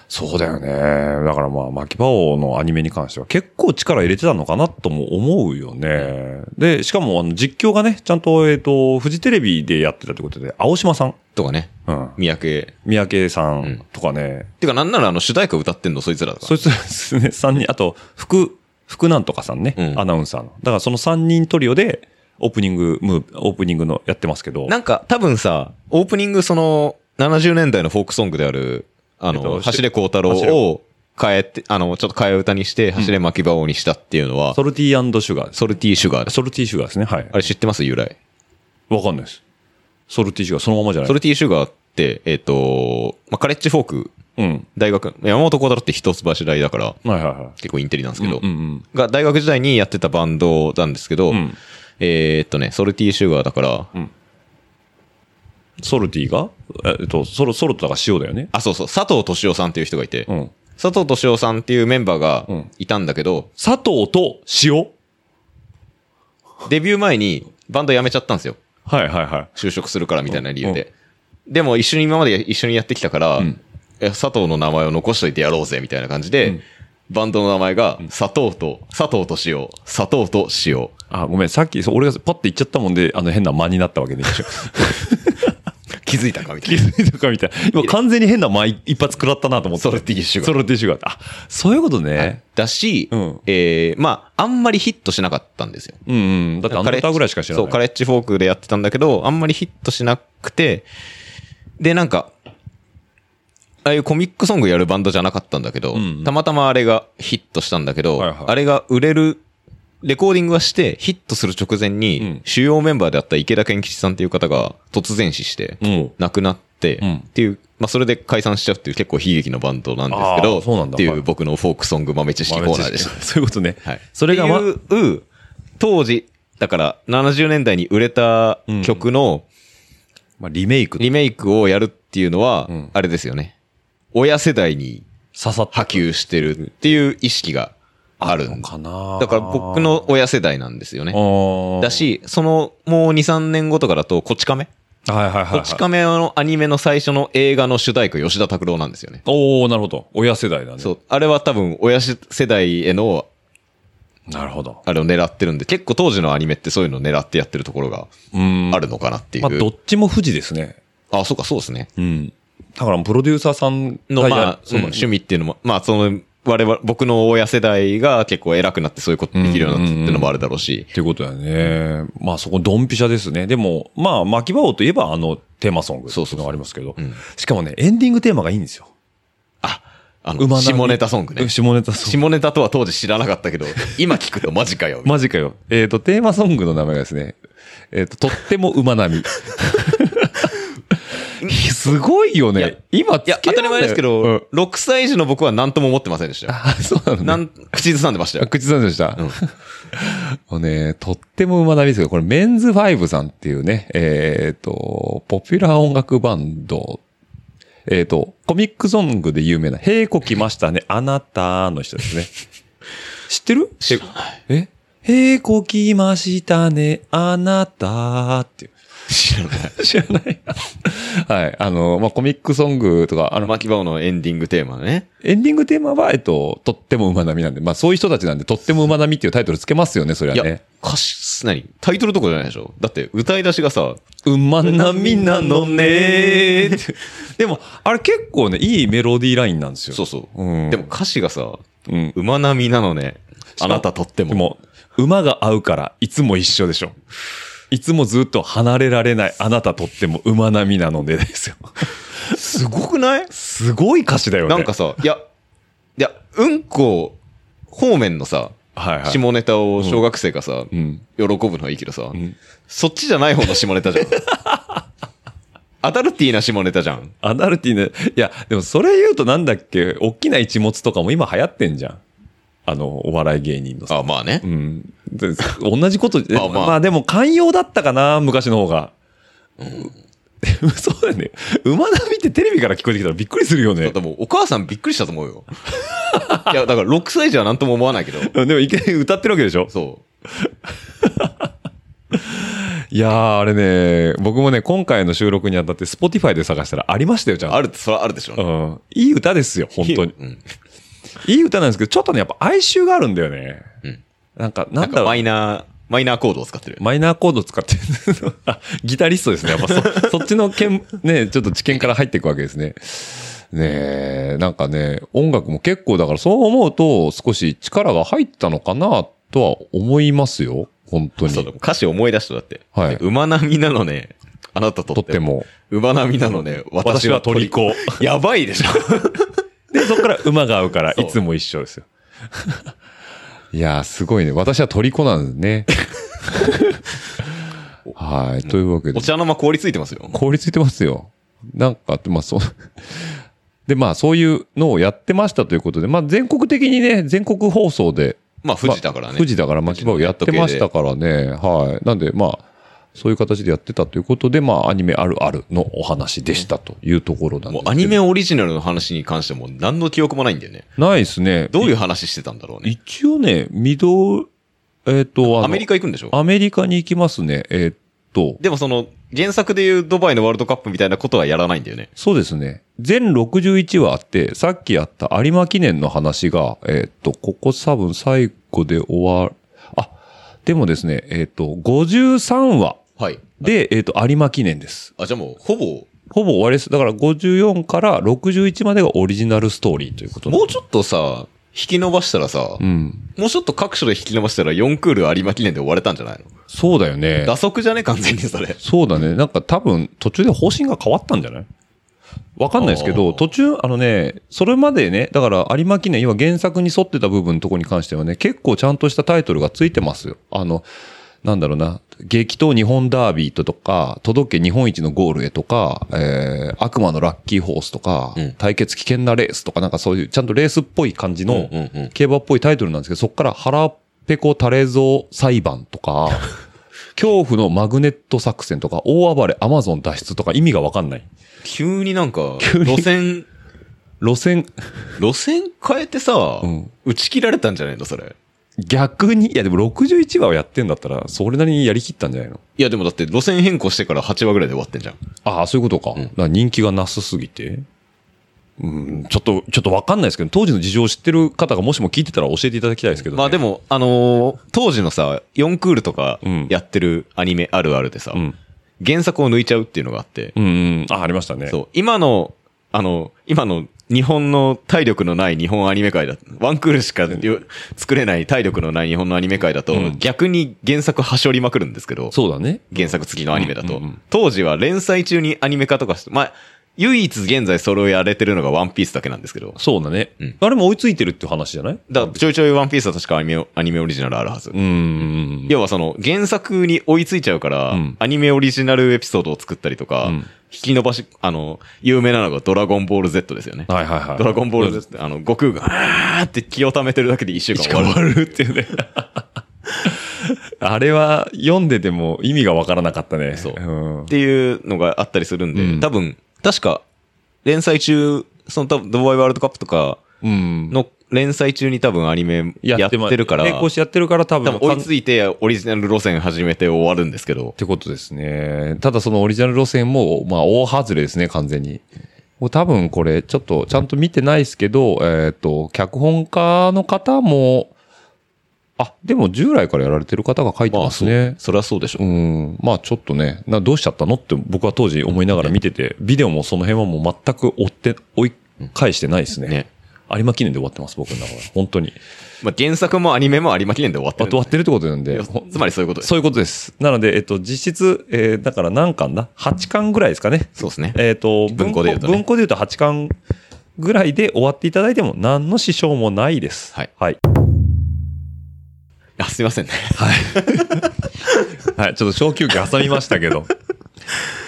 S4: そうだよね。だからまあ、巻き場王のアニメに関しては結構力入れてたのかなとも思うよね。で、しかもあの実況がね、ちゃんと、えっ、と、フジテレビでやってたってことで、青島さん、
S5: とかね。
S4: うん、
S5: 三宅。
S4: 三宅さん
S5: ん
S4: とかね、
S5: てかなんならあの主題歌歌ってんのそいつらだから。
S4: そいつですね、三人、あと、福、福なんとかさんね、
S5: うん
S4: アナウンサーの。だからその三人トリオで、オープニング、ムー、オープニングのやってますけど、
S5: なんか、多分さ、オープニングその、70年代のフォークソングである、あ
S4: えっ
S5: の、
S4: と
S5: 橋出孝太郎
S4: 橋出
S5: を変えて、あの、ちょっと替え歌にして、橋出巻き場王にしたっていうのは、
S4: ソルティーシュガーです。
S5: ソルティーシュガーです。
S4: ソルティーシュガーですね、はい
S5: あ。れ知ってます由来。
S4: わかんないです。ソルティーシュガー、そのままじゃない
S5: ソルティーシュガーって、えっ、と、まあ、カレッジフォーク、
S4: うん。
S5: 大学、山本孝太郎って一橋大だから、
S4: はいはいはい。
S5: 結構インテリなんですけど、
S4: うんうん。
S5: が大学時代にやってたバンドなんですけど、
S4: うん
S5: えっとね、ソルティーシュガーだから、
S4: ソルティがえっと、ソロ、ソロとだから塩だよね。
S5: あ、そうそう、佐藤敏夫さんっていう人がいて、
S4: うん。
S5: 佐藤敏夫さんっていうメンバーが
S4: ん
S5: いたんだけど、
S4: 砂糖と塩
S5: デビュー前にバンド辞めちゃったんですよ。
S4: はいはいはい。
S5: 就職するからみたいな理由で。でも一緒に今まで一緒にやってきたから、え佐藤の名前を残しといてやろうぜみたいな感じで、バンドの名前が佐藤と、佐藤と塩、佐藤と塩。
S4: あ、ごめん、さっき、そう俺がパッて言っちゃったもんで、あの変な間になったわけでしょ。
S5: 気づいたかみた
S4: 気
S5: いな。
S4: づいたかみたいな。今完全に変な間一発食らったなと思って。
S5: ソルティーシュガー
S4: ソルティーシュガー。あ、そういうことね。
S5: だし、
S4: うん
S5: えーまあ、あんまりヒットしなかったんですよ。
S4: うんうん。だってあの歌ぐらいしか知らない。
S5: そう、カレッジフォークでやってたんだけど、あんまりヒットしなくて、で、なんか、ああいうコミックソングやるバンドじゃなかったんだけど、
S4: んうん
S5: たまたまあれがヒットしたんだけど、
S4: はいはい
S5: あれが売れる、レコーディングはして、ヒットする直前に、
S4: うん
S5: 主要メンバーであった池田健吉さんっていう方が突然死して、
S4: うん
S5: 亡くなって、
S4: うん
S5: っていう、まあ、それで解散しちゃうっていう結構悲劇のバンドなんですけ
S4: あ
S5: ど、
S4: ーそうなん
S5: っ
S4: だ
S5: てい
S4: はいう
S5: 僕のフォークソング豆知識コーナーでした。
S4: そういうことね。
S5: はい。
S4: それが、ま、
S5: っていう、当時、だから70年代に売れた曲の
S4: まあ、リメイク、
S5: リメイクをやるっていうのは
S4: ん、
S5: あれですよね。親世代に
S4: 刺さった
S5: 波。及してるっていう意識がある
S4: の
S5: んだ。
S4: かな
S5: だから僕の親世代なんですよね。
S4: あー
S5: だ、し、その、もう2、3年後とかだと、こち亀
S4: はいはいはいはい。
S5: こち亀のアニメの最初の映画の主題歌、吉田拓郎なんですよね。
S4: おおなるほど。親世代だね。
S5: そう。あれは多分、親世代への、
S4: なるほど。
S5: あれを狙ってるんで、結構当時のアニメってそういうのを狙ってやってるところが
S4: うん。
S5: あるのかなっていう。
S4: まあ、どっちも富士ですね。
S5: あそうか、そうですね。
S4: うん。だから、プロデューサーさん
S5: の、
S4: がや
S5: まあ、その
S4: うん
S5: 趣味っていうのも、まあ、その、我々、僕の親世代が結構偉くなってそういうことできるようになったっていうのもあるだろうし
S4: っ、ていうことだよね。まあそこドンピシャですね。でも、まあ巻き場王といえばあのテーマソングっていうのがありますけど。
S5: そうそうそう
S4: しかもね、エンディングテーマがいいんですよ。
S5: あ
S4: 馬
S5: の、
S4: 並み
S5: 下ネタソングね。
S4: 下ネタソング。
S5: 下ネタとは当時知らなかったけど、今聞くとマジかよ。
S4: マジかよ。えっ、と、テーマソングの名前がですね、えっ、と、とっても馬 並み。すごいよ
S5: いや
S4: ね。今つ
S5: いや、
S4: け
S5: 当た
S4: られ
S5: り
S4: ない
S5: 前ですけ
S4: う
S5: ど
S4: ん、
S5: 6歳児の僕は何とも思ってませんでしたよ。
S4: あ、そうなの、ね、
S5: なん、口ずさんでました
S4: あ
S5: よ。
S4: 口さんでした。
S5: うん
S4: もうね、とっても馬並みですけど、これメンズファイブさんっていうね、えっ、と、ポピュラー音楽バンド、えっ、と、コミックソングで有名な、平子来ましたね、あなたの人ですね。 知ってる
S5: 知
S4: え平子来ましたね、あなたっていう。
S5: 知らない。
S4: 知らない はい。あの、まあ、コミックソングとか、あの、
S5: 巻き場のエンディングテーマね。
S4: エンディングテーマは、えっと、とっても馬並みなんで、まあ、そういう人たちなんで、とっても馬並みっていうタイトルつけますよね、それはい
S5: や
S4: ね。、
S5: 歌詞、何タイトルとかじゃないでしょだって歌い出しがさ、
S4: 馬並みなのねーって。 でも、あれ結構ね、いいメロディーラインなんですよ。
S5: そうそう。
S4: うん
S5: でも歌詞がさ、
S4: うん。
S5: 馬並みなのね。あなたとっても。
S4: でも、馬が合うから、いつも一緒でしょ。いつもずっと離れられないあなたとっても馬並みなので ですよ。
S5: すごくない
S4: すごい歌詞だよね。
S5: なんか、さ、いや、いや、うんこ方面のさ、
S4: はいはい。
S5: 下ネタを小学生がさ、
S4: うん。
S5: 喜ぶのはいいけどさ、
S4: ん
S5: そっちじゃない方の下ネタ じゃん。アダルティーな下ネタじゃん。
S4: アダルティーね。いや、でもそれ言うとなんだっけ、大きな一物とかも今流行ってんじゃん。あの、お笑い芸人のさ。
S5: あ、まあね
S4: う。ん。で同じこと、
S5: まあまあ
S4: まあでも寛容だったかな、昔の方が。 そうだよね。馬並みってテレビから聞こえてきたらびっくりするよね。
S5: でも、お母さんびっくりしたと思う よ。いや、だから6歳じゃなんとも思わないけど、
S4: でもいきなり歌ってるわけでしょ
S5: そ
S4: いやー、あれね、僕もね、今回の収録にあたって Spotify で探したらありましたよ、ちゃ
S5: う。
S4: んと。
S5: ある、それはあるでしょう
S4: う
S5: ね。
S4: ん。いい歌ですよ、本当に。
S5: うん。
S4: いい歌なんですけど、ちょっとね、やっぱ哀愁があるんだよね。
S5: うん
S4: なんか、な
S5: なん
S4: ん
S5: か
S4: だろう
S5: マイナー、マイナーコードを使ってる。
S4: マイナーコード使ってるあギタリストですね。やっぱ そそっちの剣、ね、ちょっと知見から入っていくわけですね。ねえ、なんかね、音楽も結構だからそう思うと少し力が入ったのかなとは思いますよ。本当に。
S5: そうだ、歌詞思い出しただって。
S4: はい
S5: 馬並みなのね、あなたと
S4: と
S5: っ
S4: って
S5: ても。
S4: も。
S5: 馬並みなのね、
S4: 私は虜。
S5: やばいでしょ。
S4: で、そこから馬が合うから、
S5: そう
S4: いつも一緒ですよ。いやー、すごいね。私は虜なんです ね。はい。というわけで
S5: お。茶の間凍りついてますよ。
S4: 凍りついてますよ。なんか、まあそう。 で、まあそういうのをやってましたということで、まあ全国的にね、全国放送で。
S5: まあ、富士だから
S4: ま
S5: ね。
S4: あ富士だから巻き場をやってましたからね。はい。なんで、まあ、そういう形でやってたということで、まあアニメあるあるのお話でしたというところなんです
S5: もう
S4: けど
S5: アニメオリジナルの話に関しても何の記憶もないんだよね。
S4: ないですね。
S5: どういう話してたんだろうね。
S4: 一応ね、ミド、えっ、と、あの
S5: アメリカ行くんでしょ
S4: アメリカに行きますね。えっ、と、
S5: でもその、原作でいうドバイのワールドカップみたいなことはやらないんだよね。
S4: そうですね。全61話あって、さっきやった有馬記念の話が、えーっと、ここ多分最後で終わる。あ、でもですね、えーっと、53話
S5: はい。
S4: で、えーっと、有馬記念です。
S5: あ、じゃあもう、ほぼ、
S4: ほぼ終わりです。だから54から61までがオリジナルストーリーということなん
S5: も
S4: で
S5: うちょっとさ、引き伸ばしたらさ、
S4: うん。
S5: もうちょっと各所で引き伸ばしたら4クール有馬記念で終われたんじゃないの
S4: そうだよね。
S5: 打足じゃね完全にそれ。
S4: そうだね。なんか多分途中で方針が変わったんじゃないわかんないですけ
S5: あ
S4: ど、
S5: ー
S4: 途中、あのね、それまでね、だから有馬記念、要は原作に沿ってた部分のとこに関してはね、結構ちゃんとしたタイトルがついてますよ。あの、なんだろうな、激闘日本ダービーととか、届け日本一のゴールへとか、えー、悪魔のラッキーホースとか、
S5: うん
S4: 対決危険なレースとか、なんかそういうちゃんとレースっぽい感じの
S5: うんうんうん
S4: 競馬っぽいタイトルなんですけど、そこから腹ペコタレゾ裁判と か、恐怖のマグネット作戦とか、大暴れアマゾン脱出とか意味がわかんない。
S5: 急になんか、
S4: 急に
S5: 路線、
S4: 路線、
S5: 路線変えてさ、
S4: うん
S5: 打ち切られたんじゃないのそれ。
S4: 逆に、いやでも61話をやってんだったら、それなりにやりきったんじゃないの
S5: いや、でもだって路線変更してから8話ぐらいで終わってんじゃん。
S4: ああ、そういうことか。だから人気がなすすぎて。うん、ちょっと、ちょっとわかんないですけど、当時の事情を知ってる方がもしも聞いてたら教えていただきたいですけど、ね。
S5: まあで
S4: も、
S5: も、あのー当時のさ、4クールとかやってるアニメあるあるでさ、
S4: うん。
S5: 原作を抜いちゃうっていうのがあって、
S4: うん、うん。あ、ありましたね。
S5: そう、今の、あの、今の日本の体力のない日本アニメ界だ、ワンクールしかよ作れない体力のない日本のアニメ界だと、
S4: うん
S5: 逆に原作はしょりまくるんですけど、
S4: そうだね。
S5: 原作付きのアニメだと、
S4: うんうんうん
S5: 当時は連載中にアニメ化とかして、まあ、唯一現在それをやれてるのがワンピースだけなんですけど、
S4: そうだね。
S5: うん
S4: あれも追いついてるって話じゃない
S5: だからちょいちょいワンピースは確かアニメアニメオリジナルあるはず。
S4: うんうん。
S5: 要はその原作に追いついちゃうから、
S4: うん
S5: アニメオリジナルエピソードを作ったりとか、
S4: うん
S5: 引き伸ばし、あの、有名なのがドラゴンボール Z ですよね。
S4: はいはいはい。
S5: ドラゴンボール Z って、あの、悟空が、あーって気を溜めてるだけで一週間終わる。
S4: るっていうね。あれは読んでても意味がわからなかったね。
S5: そう
S4: うん
S5: っ。ていうのがあったりするんで、
S4: うん
S5: 多分、確か、連載中、その多分、ドバイワールドカップとか
S4: うん。
S5: の連載中に多分アニメやって
S4: ま
S5: るから、
S4: 並行
S5: 多
S4: してやってるから多分。
S5: 分追いついてオリジナル路線始めて終わるんですけど
S4: っ、てことですね。ただそのオリジナル路線も、まあ、大外れですね、完全に。もう多分これ、ちょっとちゃんと見てないですけど、えっ、と、脚本家の方も、あ、でも従来からやられてる方が書いて
S5: ま
S4: ま
S5: あ、
S4: す
S5: そ
S4: ね
S5: う。。それはそうでしょう。
S4: うん。まあちょっとね、などうしちゃったのって僕は当時思いながら見てて、ビデオもその辺はもう全く追って、追い返してないですね。
S5: ね
S4: 有馬記念で終わってます、僕の中で。本当に。
S5: まあ、原作もアニメも有馬記念で終わって
S4: あ
S5: るん
S4: と
S5: で
S4: 終わ
S5: す
S4: ってるってことなんで。ほ
S5: つまりそういうことです。
S4: そういうことです。なので、えっと、実質、えーだから何巻だ ?8 巻ぐらいですかね。
S5: そうですね。
S4: えっと、
S5: 文庫で言うとね
S4: 文庫で言うと8巻ぐらいで終わっていただいても何の支障もないです。
S5: はい
S4: はい。
S5: あ、すいませんね。
S4: はい。ちょっと小休憩挟みましたけ ど。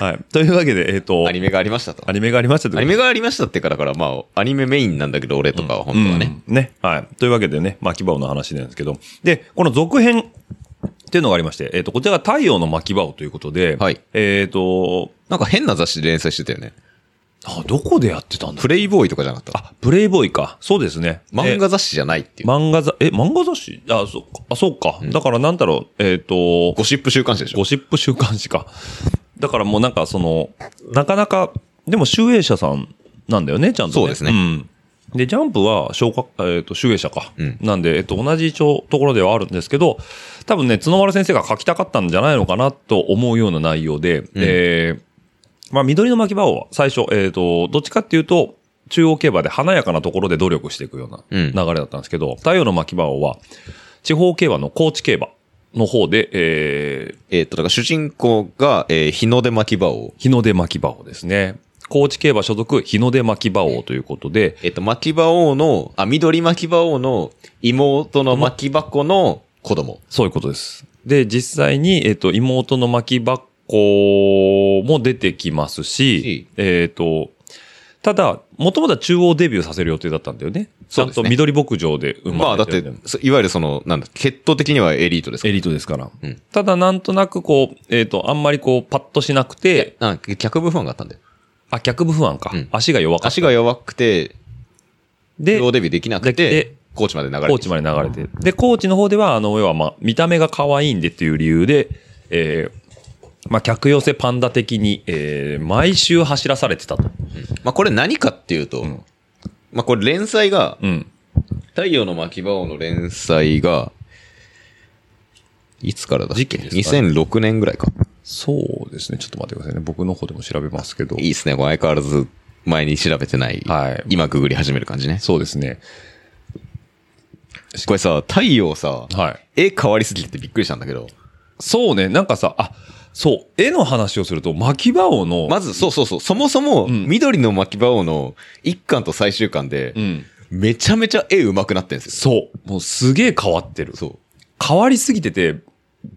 S4: はい。というわけで、えっ、と、
S5: アニメがありましたと
S4: ア。ニメがありましたということ
S5: ア
S4: で
S5: ニメがありましたってからから、まあ、アニメメインなんだけど、俺とかは本当はね。
S4: うんね。はい。というわけでね、巻き場王の話なんですけど。で、この続編っていうのがありまして、えっ、と、こちらが太陽の巻き場王ということで、
S5: はい
S4: えっ、と、
S5: なんか変な雑誌で連載してたよね。
S4: あ、どこでやってたんだ
S5: プレイボーイとかじゃなかった。
S4: あ、プレイボーイか。そうですね。
S5: 漫画雑誌じゃないって
S4: え
S5: いう。
S4: 漫画雑、え、漫画雑誌あ、そうか。あ、そうか。だからなんだろう、えっ、と、
S5: ゴシップ週刊誌でしょ
S4: ゴシップ週刊誌か。だからもうなんかその、なかなか、でも集英社さんなんだよね、ちゃんと、ね。
S5: そうですね
S4: んで、ジャンプは、昇格、えっ、と、集英社か。
S5: うん
S4: なんで、えっ、と、同じ一応ところではあるんですけど、多分ね、角丸先生が書きたかったんじゃないのかなと思うような内容で、えーまあ、緑の巻き場王は最初、えっ、と、どっちかっていうと、中央競馬で華やかなところで努力していくような
S5: うん
S4: 流れだったんですけど、太陽の巻き場王は、地方競馬の高知競馬の方で、えー
S5: えーっと、だから主人公が、えー日の出巻き場を、
S4: 日の出巻き場王ですね。高知競馬所属日の出巻き場王ということで、
S5: えーっと、巻き場王の、あ、緑巻き場王の妹の巻き箱の子供。
S4: そういうことです。で、実際に、えっ、と、妹の巻き場っ子も出てきますし
S5: し、
S4: えっ、と、ただ、もともとは中央デビューさせる予定だったんだよね。
S5: そうですね
S4: ちゃんと緑牧場で生
S5: ま
S4: ま
S5: あ、だ
S4: れ
S5: って
S4: るん
S5: て
S4: で、
S5: そいわゆるその、なんだ、血統的にはエリートですか
S4: エ
S5: ら。
S4: リートですから。
S5: うん
S4: ただ、なんとなくこう、えっ、と、あんまりこう、パッとしなくて、
S5: なんか脚部ファンがあったんだよ。
S4: あ、脚部不安か。
S5: うん
S4: 足が弱かった。
S5: 足が弱くて、
S4: で、
S5: ローデビューできなく
S4: でで
S5: て、コーチまで流れて
S4: 高知まで流れてる。で、高知の方では、あの、要はまあ、見た目が可愛いんでっていう理由で、えーまあ、客寄せパンダ的に、えー毎週走らされてたと。
S5: まあこれ何かっていうと、
S4: ん
S5: まあこれ連載が、
S4: うん。
S5: 太陽の巻き場王の連載が、いつからだっ
S4: 時
S5: け、
S4: 期ですかね
S5: ?2006 年ぐらいか。
S4: そうですね。ちょっと待ってくださいね。僕の方でも調べますけど。
S5: いいですね。こう相変わらず前に調べてない。
S4: はい
S5: 今ググり始める感じね。
S4: そうですね。
S5: これさ、太陽さ、
S4: はい。
S5: 絵変わりすぎてびっくりしたんだけど、
S4: そうね。なんかさ、あ、そう。絵の話をすると、巻き場王の、
S5: まず、そうそうそう、そもそも、
S4: ん
S5: 緑の巻き場王の一巻と最終巻で
S4: う、ん。
S5: めちゃめちゃ絵上手くなってるんです
S4: そう。もうすげえ変わってる
S5: よ。。そ
S4: 変わりすぎてて、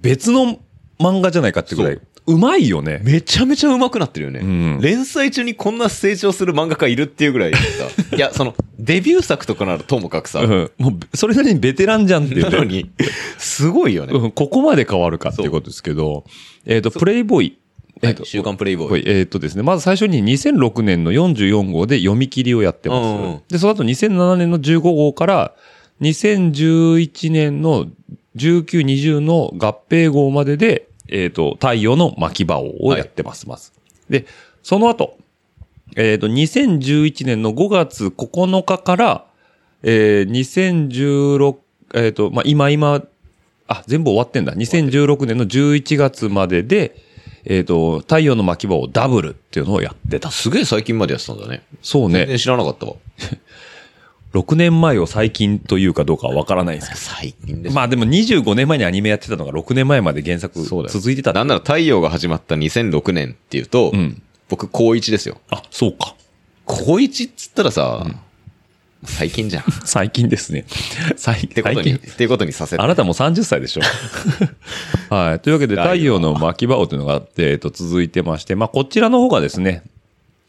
S4: 別の漫画じゃないかってぐらい。うまいよね
S5: う。。めちゃめちゃ上手くなってるよね。
S4: ん
S5: 連載中にこんな成長する漫画家いるっていうぐらい さ、いや、その、デビュー作とかならともかくさ、
S4: うん。もう、それなりにベテランじゃんっていう
S5: な
S4: ね
S5: のに、すごいよね。
S4: うんここまで変わるかっていうことですけど、えっ、と、プレイボーイえっと
S5: 週刊プレイボ
S4: こ
S5: ー
S4: れ
S5: イ。
S4: えーっとですね、まず最初に2006年の44号で読み切りをやってます。
S5: うんうん
S4: で、その後2007年の15号から2011年の19、20の合併号までで、えーっと、太陽の巻き場王をやってます。ますで、その後、えーっと、2011年の5月9日から、えー、2016、えーっと、まあ、今今、あ、全部終わってんだ。2016年の11月までで、えっ、と、太陽の巻き場をダブルっていうのをやってた。
S5: すげえ最近までやってたんだね。
S4: そう
S5: 全
S4: ね。
S5: 然知らなかったわ。
S4: 6年前を最近というかどうかはわからないんですけ
S5: 最近で
S4: ど。
S5: す。
S4: まあでも25年前にアニメやってたのが6年前まで原作
S5: そうだよ
S4: 続いてたって
S5: なんなら太陽が始まった2006年っていうと、
S4: うん
S5: 僕、高1ですよ。
S4: あ、そうか。
S5: 高1っつったらさ、最近 じゃん。っ
S4: 最近ですね。最
S5: てこと
S4: 最
S5: に、
S4: 近
S5: っ。てことにさせて
S4: あ。なたもう30歳で しょ。はい。というわけで、太陽の巻き場をというのがあって、えっと、続いてまして、まあ、こちらの方がですね、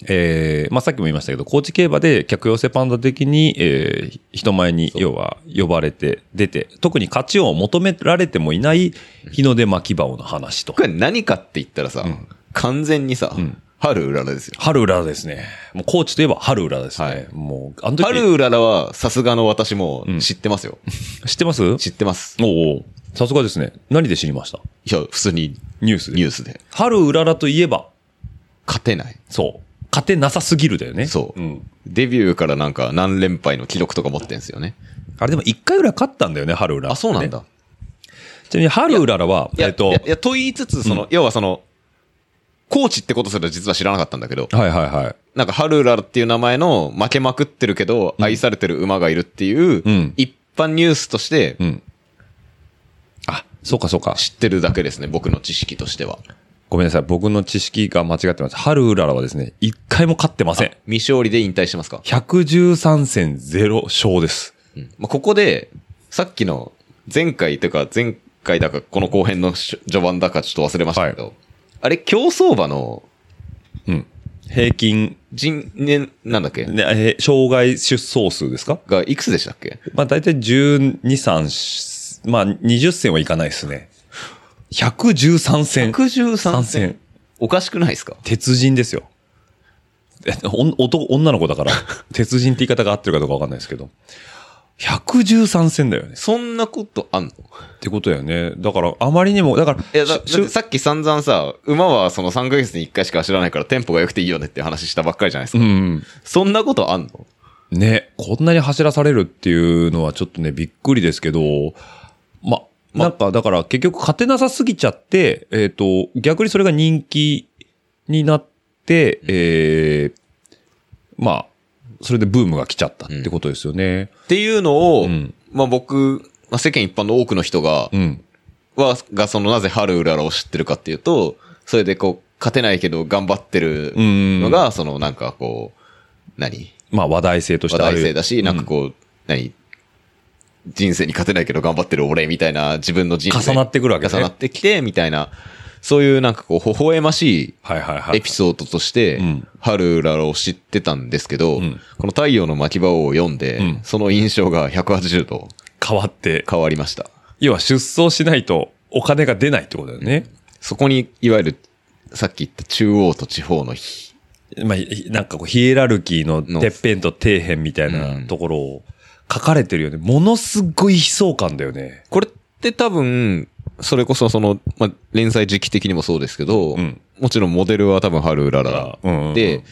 S4: えー、まあ、さっきも言いましたけど、高知競馬で客寄せパンダ的に、えー、人前に、要は、呼ばれて、出て、特に勝ちを求められてもいない、日の出巻き場をの話と
S5: こ。れ何かって言ったらさ、完全にさ、春うららですよ。
S4: 春浦ですね。もう高知といえば春浦ですね。
S5: はい
S4: もう、あの時、
S5: 春うららは、さすがの私も知ってますよ。
S4: 知ってますおう
S5: 知ってます。
S4: おうさすがですね。何で知りました
S5: いや、普通に
S4: ニュースで。
S5: ニュ
S4: ー
S5: ースで。
S4: ス。春浦らといえば、
S5: 勝てない。
S4: そう。勝てなさすぎるだよね。
S5: そう。
S4: うん。
S5: デビューからなんか何連敗の記録とか持ってんすよね。
S4: あれでも一回ぐらい勝ったんだよね、春うらら。
S5: あ、そうなんだ
S4: ね。。ちなみに春うららは、
S5: いや、
S4: えっと、
S5: い
S4: は
S5: や
S4: い、
S5: いやと言いつつ、その、要はその、コーチってことすら実は知らなかったんだけど、
S4: はいはい。
S5: なんか、ハルーラっていう名前の負けまくってるけど、愛されてる馬がいるっていう、
S4: うん
S5: 一般ニュースとして
S4: うん。あ、そうかそうか。
S5: 知ってるだけですね、僕の知識としては。
S4: ごめんなさい。僕の知識が間違ってます。春うららはですね、一回も勝ってません。
S5: 未勝利で引退してますか、
S4: 113戦0勝です。
S5: うんまあ、ここで、さっきの、前回というか、前回だか、この後編のし序盤だかちょっと忘れましたけど、あれ、競走馬の
S4: うん。平均、
S5: 人年、なんだっけ、
S4: ね、えー障害出走数ですか
S5: がいくつでしたっけ
S4: まあ大体12、3、まあ20戦はいかないですね。113戦。
S5: ?113
S4: 3
S5: 戦
S4: 戦。
S5: おかしくないですか
S4: 鉄人ですよ。えお男女の子 だから、鉄人って言い方が合ってるかどうかわかんないですけど。113戦だよね。
S5: そんなことあんの
S4: ってことだよね。だから、あまりにも、だから、
S5: いやだだっ
S4: しゅ
S5: てさっき散々さ、馬はその3ヶ月に1回しか走らないからテンポが良くていいよねっていう話したばっかりじゃないです
S4: う
S5: か。
S4: ん。
S5: そんなことあんの
S4: ね、こんなに走らされるっていうのはちょっとね、びっくりですけど、ま、
S5: ま
S4: なんか、だから結局勝てなさすぎちゃって、えっ、と、逆にそれが人気になって、えー、まあ、それでブームが来ちゃったってことですよね。
S5: っていうのを、
S4: うん
S5: まあ僕、まあ、世間一般の多くの人が、
S4: うん。
S5: は、がそのなぜ春うららを知ってるかっていうと、それでこう、勝てないけど頑張ってる
S4: うん
S5: のが、そのなんかこう、何
S4: まあ話題性とし
S5: 話
S4: てある
S5: 題性だし、なんかこう、何人生に勝てないけど頑張ってる俺みたいな自分の人生。
S4: 重なってくるわけね
S5: 重なってきて、みたいな、そういうなんかこう、微笑ましい
S4: はいはいはい。
S5: エピソードとして
S4: うん、
S5: ハルララを知ってたんですけど、
S4: ん
S5: この太陽の巻き場を読んで、
S4: うん
S5: その印象が180度
S4: 変わって、
S5: 変わりました。
S4: 要は出走しないとお金が出ないってことだよね。
S5: そこに、いわゆる、さっき言った中央と地方の日。
S4: まあ、ひなんかこう、ヒエラルキーの
S5: の
S4: てっぺんと底辺みたい
S5: うん
S4: なところを書かれてるよね。ものすごい悲壮感だよね。
S5: これって多分、それこそその、まあ、連載時期的にもそうですけど、
S4: うん
S5: もちろんモデルは多分ハルララ
S4: うんうんうん
S5: で、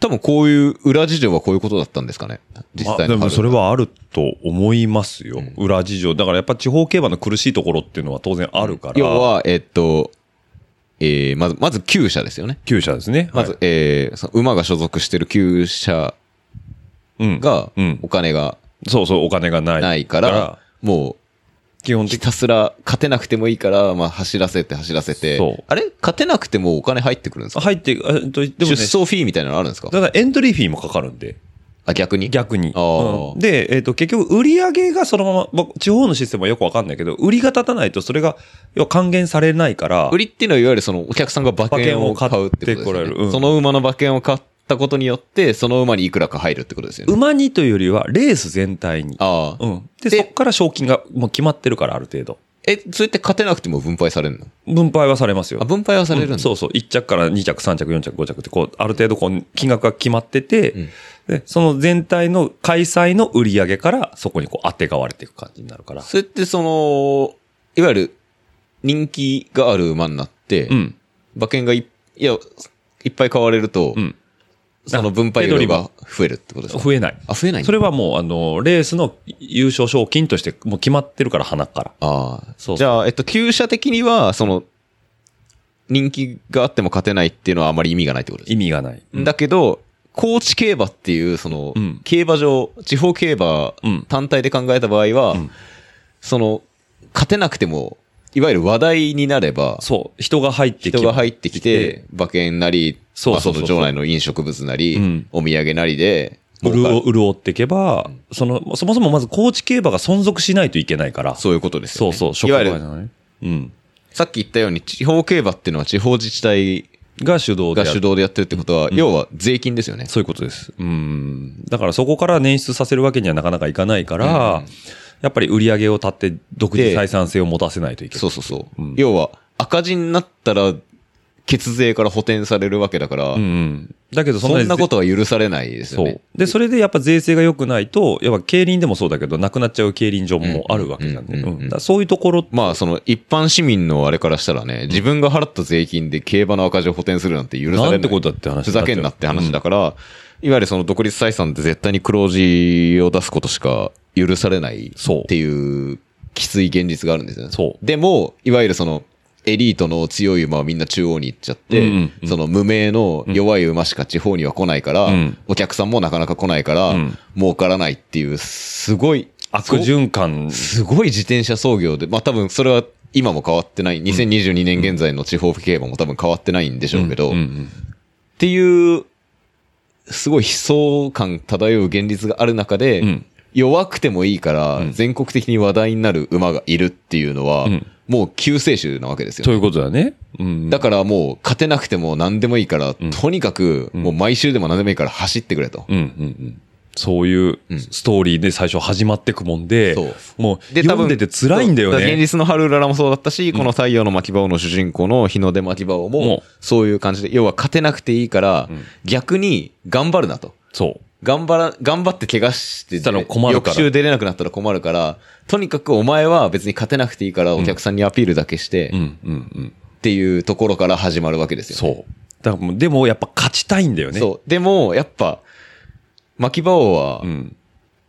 S5: 多分こういう裏事情はこういうことだったんですかね。実
S4: まあ、
S5: 際
S4: で
S5: の
S4: も
S5: 春
S4: それはあると思いますよ。
S5: ん
S4: 裏事情。だからやっぱ地方競馬の苦しいところっていうのは当然あるから。
S5: 要、は、えっと、えー、まず、まず旧社ですよね。
S4: 厩舎ですね。
S5: まず、
S4: はい
S5: えーその馬が所属してる厩舎
S4: うん。
S5: が
S4: うん、
S5: お金が
S4: そうそう、お金がない。
S5: ないから、も
S4: 基本
S5: う、ひ
S4: 的
S5: たすら勝てなくてもいいから、まあ、走らせて走らせ
S4: そう
S5: て、あれ勝てなくてもお金入ってくるんですか
S4: 入って、えっと、でもね、
S5: 出走フィーみたいなのあるんですか
S4: だからエントリーフィーもかかるんで。
S5: あ、逆に
S4: 逆に。
S5: あー
S4: うんで、えっ、と、結局、売り上げがそのまま、僕、地方のシステムはよくわかんないけど、売りが立たないとそれが、要は還元されないから、
S5: 売りっていうのは、いわゆるその、お客さんが馬券を買うってことです
S4: 馬券を買
S5: よ
S4: ってこられる
S5: ね
S4: うん
S5: その馬の馬券を買ったことによって、その馬にいくらか入るってことですよね。
S4: 馬にというよりは、レース全体に。
S5: ああ。
S4: うん。で、
S5: で
S4: そこから賞金がもう決まってるから、ある程度。
S5: え、それって勝てなくても分配されるの
S4: 分配はされますよ
S5: あ、。分配はされるんだ。
S4: そうそう。1着から2着、3着、4着、5着って、こう、ある程度こう、金額が決まってて、
S5: ん
S4: で、その全体の開催の売り上げから、そこにこう、当てがわれていく感じになるから。
S5: それってその、いわゆる人気がある馬になって、
S4: うん。
S5: 馬券がいいやいっぱい買われると、
S4: うん
S5: その分配量が増えるってことですか
S4: 増えない。
S5: あ、増えないんだ
S4: それはもう、あの、レースの優勝賞金として、もう決まってるから、花から。
S5: ああ。
S4: そう
S5: じゃあ、えっと、厩舎的には、その、人気があっても勝てないっていうのはあまり意味がないってことです
S4: 意味がない。
S5: ね。だけど、高知競馬っていう、その、
S4: うん
S5: 競馬場、地方競馬
S4: うん
S5: 単体で考えた場合は、
S4: ん
S5: その、勝てなくても、いわゆる話題になれば、
S4: そう。人が入ってき
S5: 人が入ってきて、、馬券なり、
S4: そう
S5: まあ
S4: そうそうそう
S5: の場内の飲食物なり、
S4: うん
S5: お土産なりで、儲か
S4: 潤潤っていけば、その、そもそもまず高知競馬が存続しないといけないから。
S5: そういうことですよ、
S4: そ
S5: ね。
S4: うそう、職
S5: いわ
S4: 場
S5: ゆ
S4: じゃ
S5: る、
S4: ないうん。
S5: さっき言ったように、地方競馬っていうのは地方自治体
S4: が主導で
S5: が
S4: ある
S5: 主導でやってるってことは、要は税金ですよね。
S4: そういうことです。うん。だからそこから捻出させるわけにはなかなかいかないから、やっぱり売り上げを立って独自採算性を持たせないといけない。
S5: そうそうそう。
S4: うん
S5: 要は、赤字になったら、血税から補填されるわけだから、
S4: うんうん。だけど
S5: そんなこととは許されないですよ
S4: そ
S5: ね
S4: う。。で、それでやっぱ税制が良くないと、やっぱ競輪でもそうだけど、なくなっちゃう競輪場もあるわけじゃんね。
S5: うんうん
S4: う
S5: うんうん
S4: んだからそういうところ、
S5: まあ、その、一般市民のあれからしたらね、自分が払った税金で競馬の赤字を補填するなんて許されない。
S4: なんてことだって話
S5: ふざけんなって話だから、いわゆるその独立採算って絶対に黒字を出すことしか許されない
S4: そう
S5: っていうきつい現実があるんですよね。
S4: そう
S5: でも、いわゆるその、エリートの強い馬はみんな中央に行っちゃって、
S4: うんうんうん
S5: その無名の弱い馬しか地方には来ないから、
S4: うん
S5: お客さんもなかなか来ないから、
S4: うん
S5: 儲からないっていう、すごい、
S4: 悪循環。
S5: すごい自転車操業で、まあ多分それは今も変わってない、2022年現在の地方競馬も多分変わってないんでしょうけど、
S4: うんう
S5: っ
S4: ん
S5: ていう、すごい悲壮感漂う現実がある中で、
S4: うん
S5: 弱くてもいいから、全国的に話題になる馬がいるっていうのは、
S4: うん
S5: もう救世主なわけですよ
S4: と。いうことだね。うん。
S5: だからもう勝てなくても何でもいいから、とにかくもう毎週でも何でもいいから走ってくれと。
S4: うんうんうん。そういうストーリーで最初始まってくもんで、
S5: そう
S4: もう読んでて辛いんだよ
S5: そうから
S4: ね。
S5: 現実のハルウララもそうだったし、この太陽の巻き場王の主人公の日の出巻き場王
S4: も
S5: も
S4: う、
S5: そういう感じで、要は勝てなくていいから、逆に頑張るなと。
S4: そう。
S5: 頑張ら、頑張って怪我して、
S4: したら困る
S5: 翌
S4: から
S5: 週出れなくなったら困るから、とにかくお前は別に勝てなくていいからお客さんにアピールだけして、
S4: う
S5: っ
S4: んうんうん。
S5: ていうところから始まるわけですよね、
S4: そう。だからもうでもやっぱ勝ちたいんだよね。
S5: そう。でも、やっぱ、巻き場王は
S4: う、ん。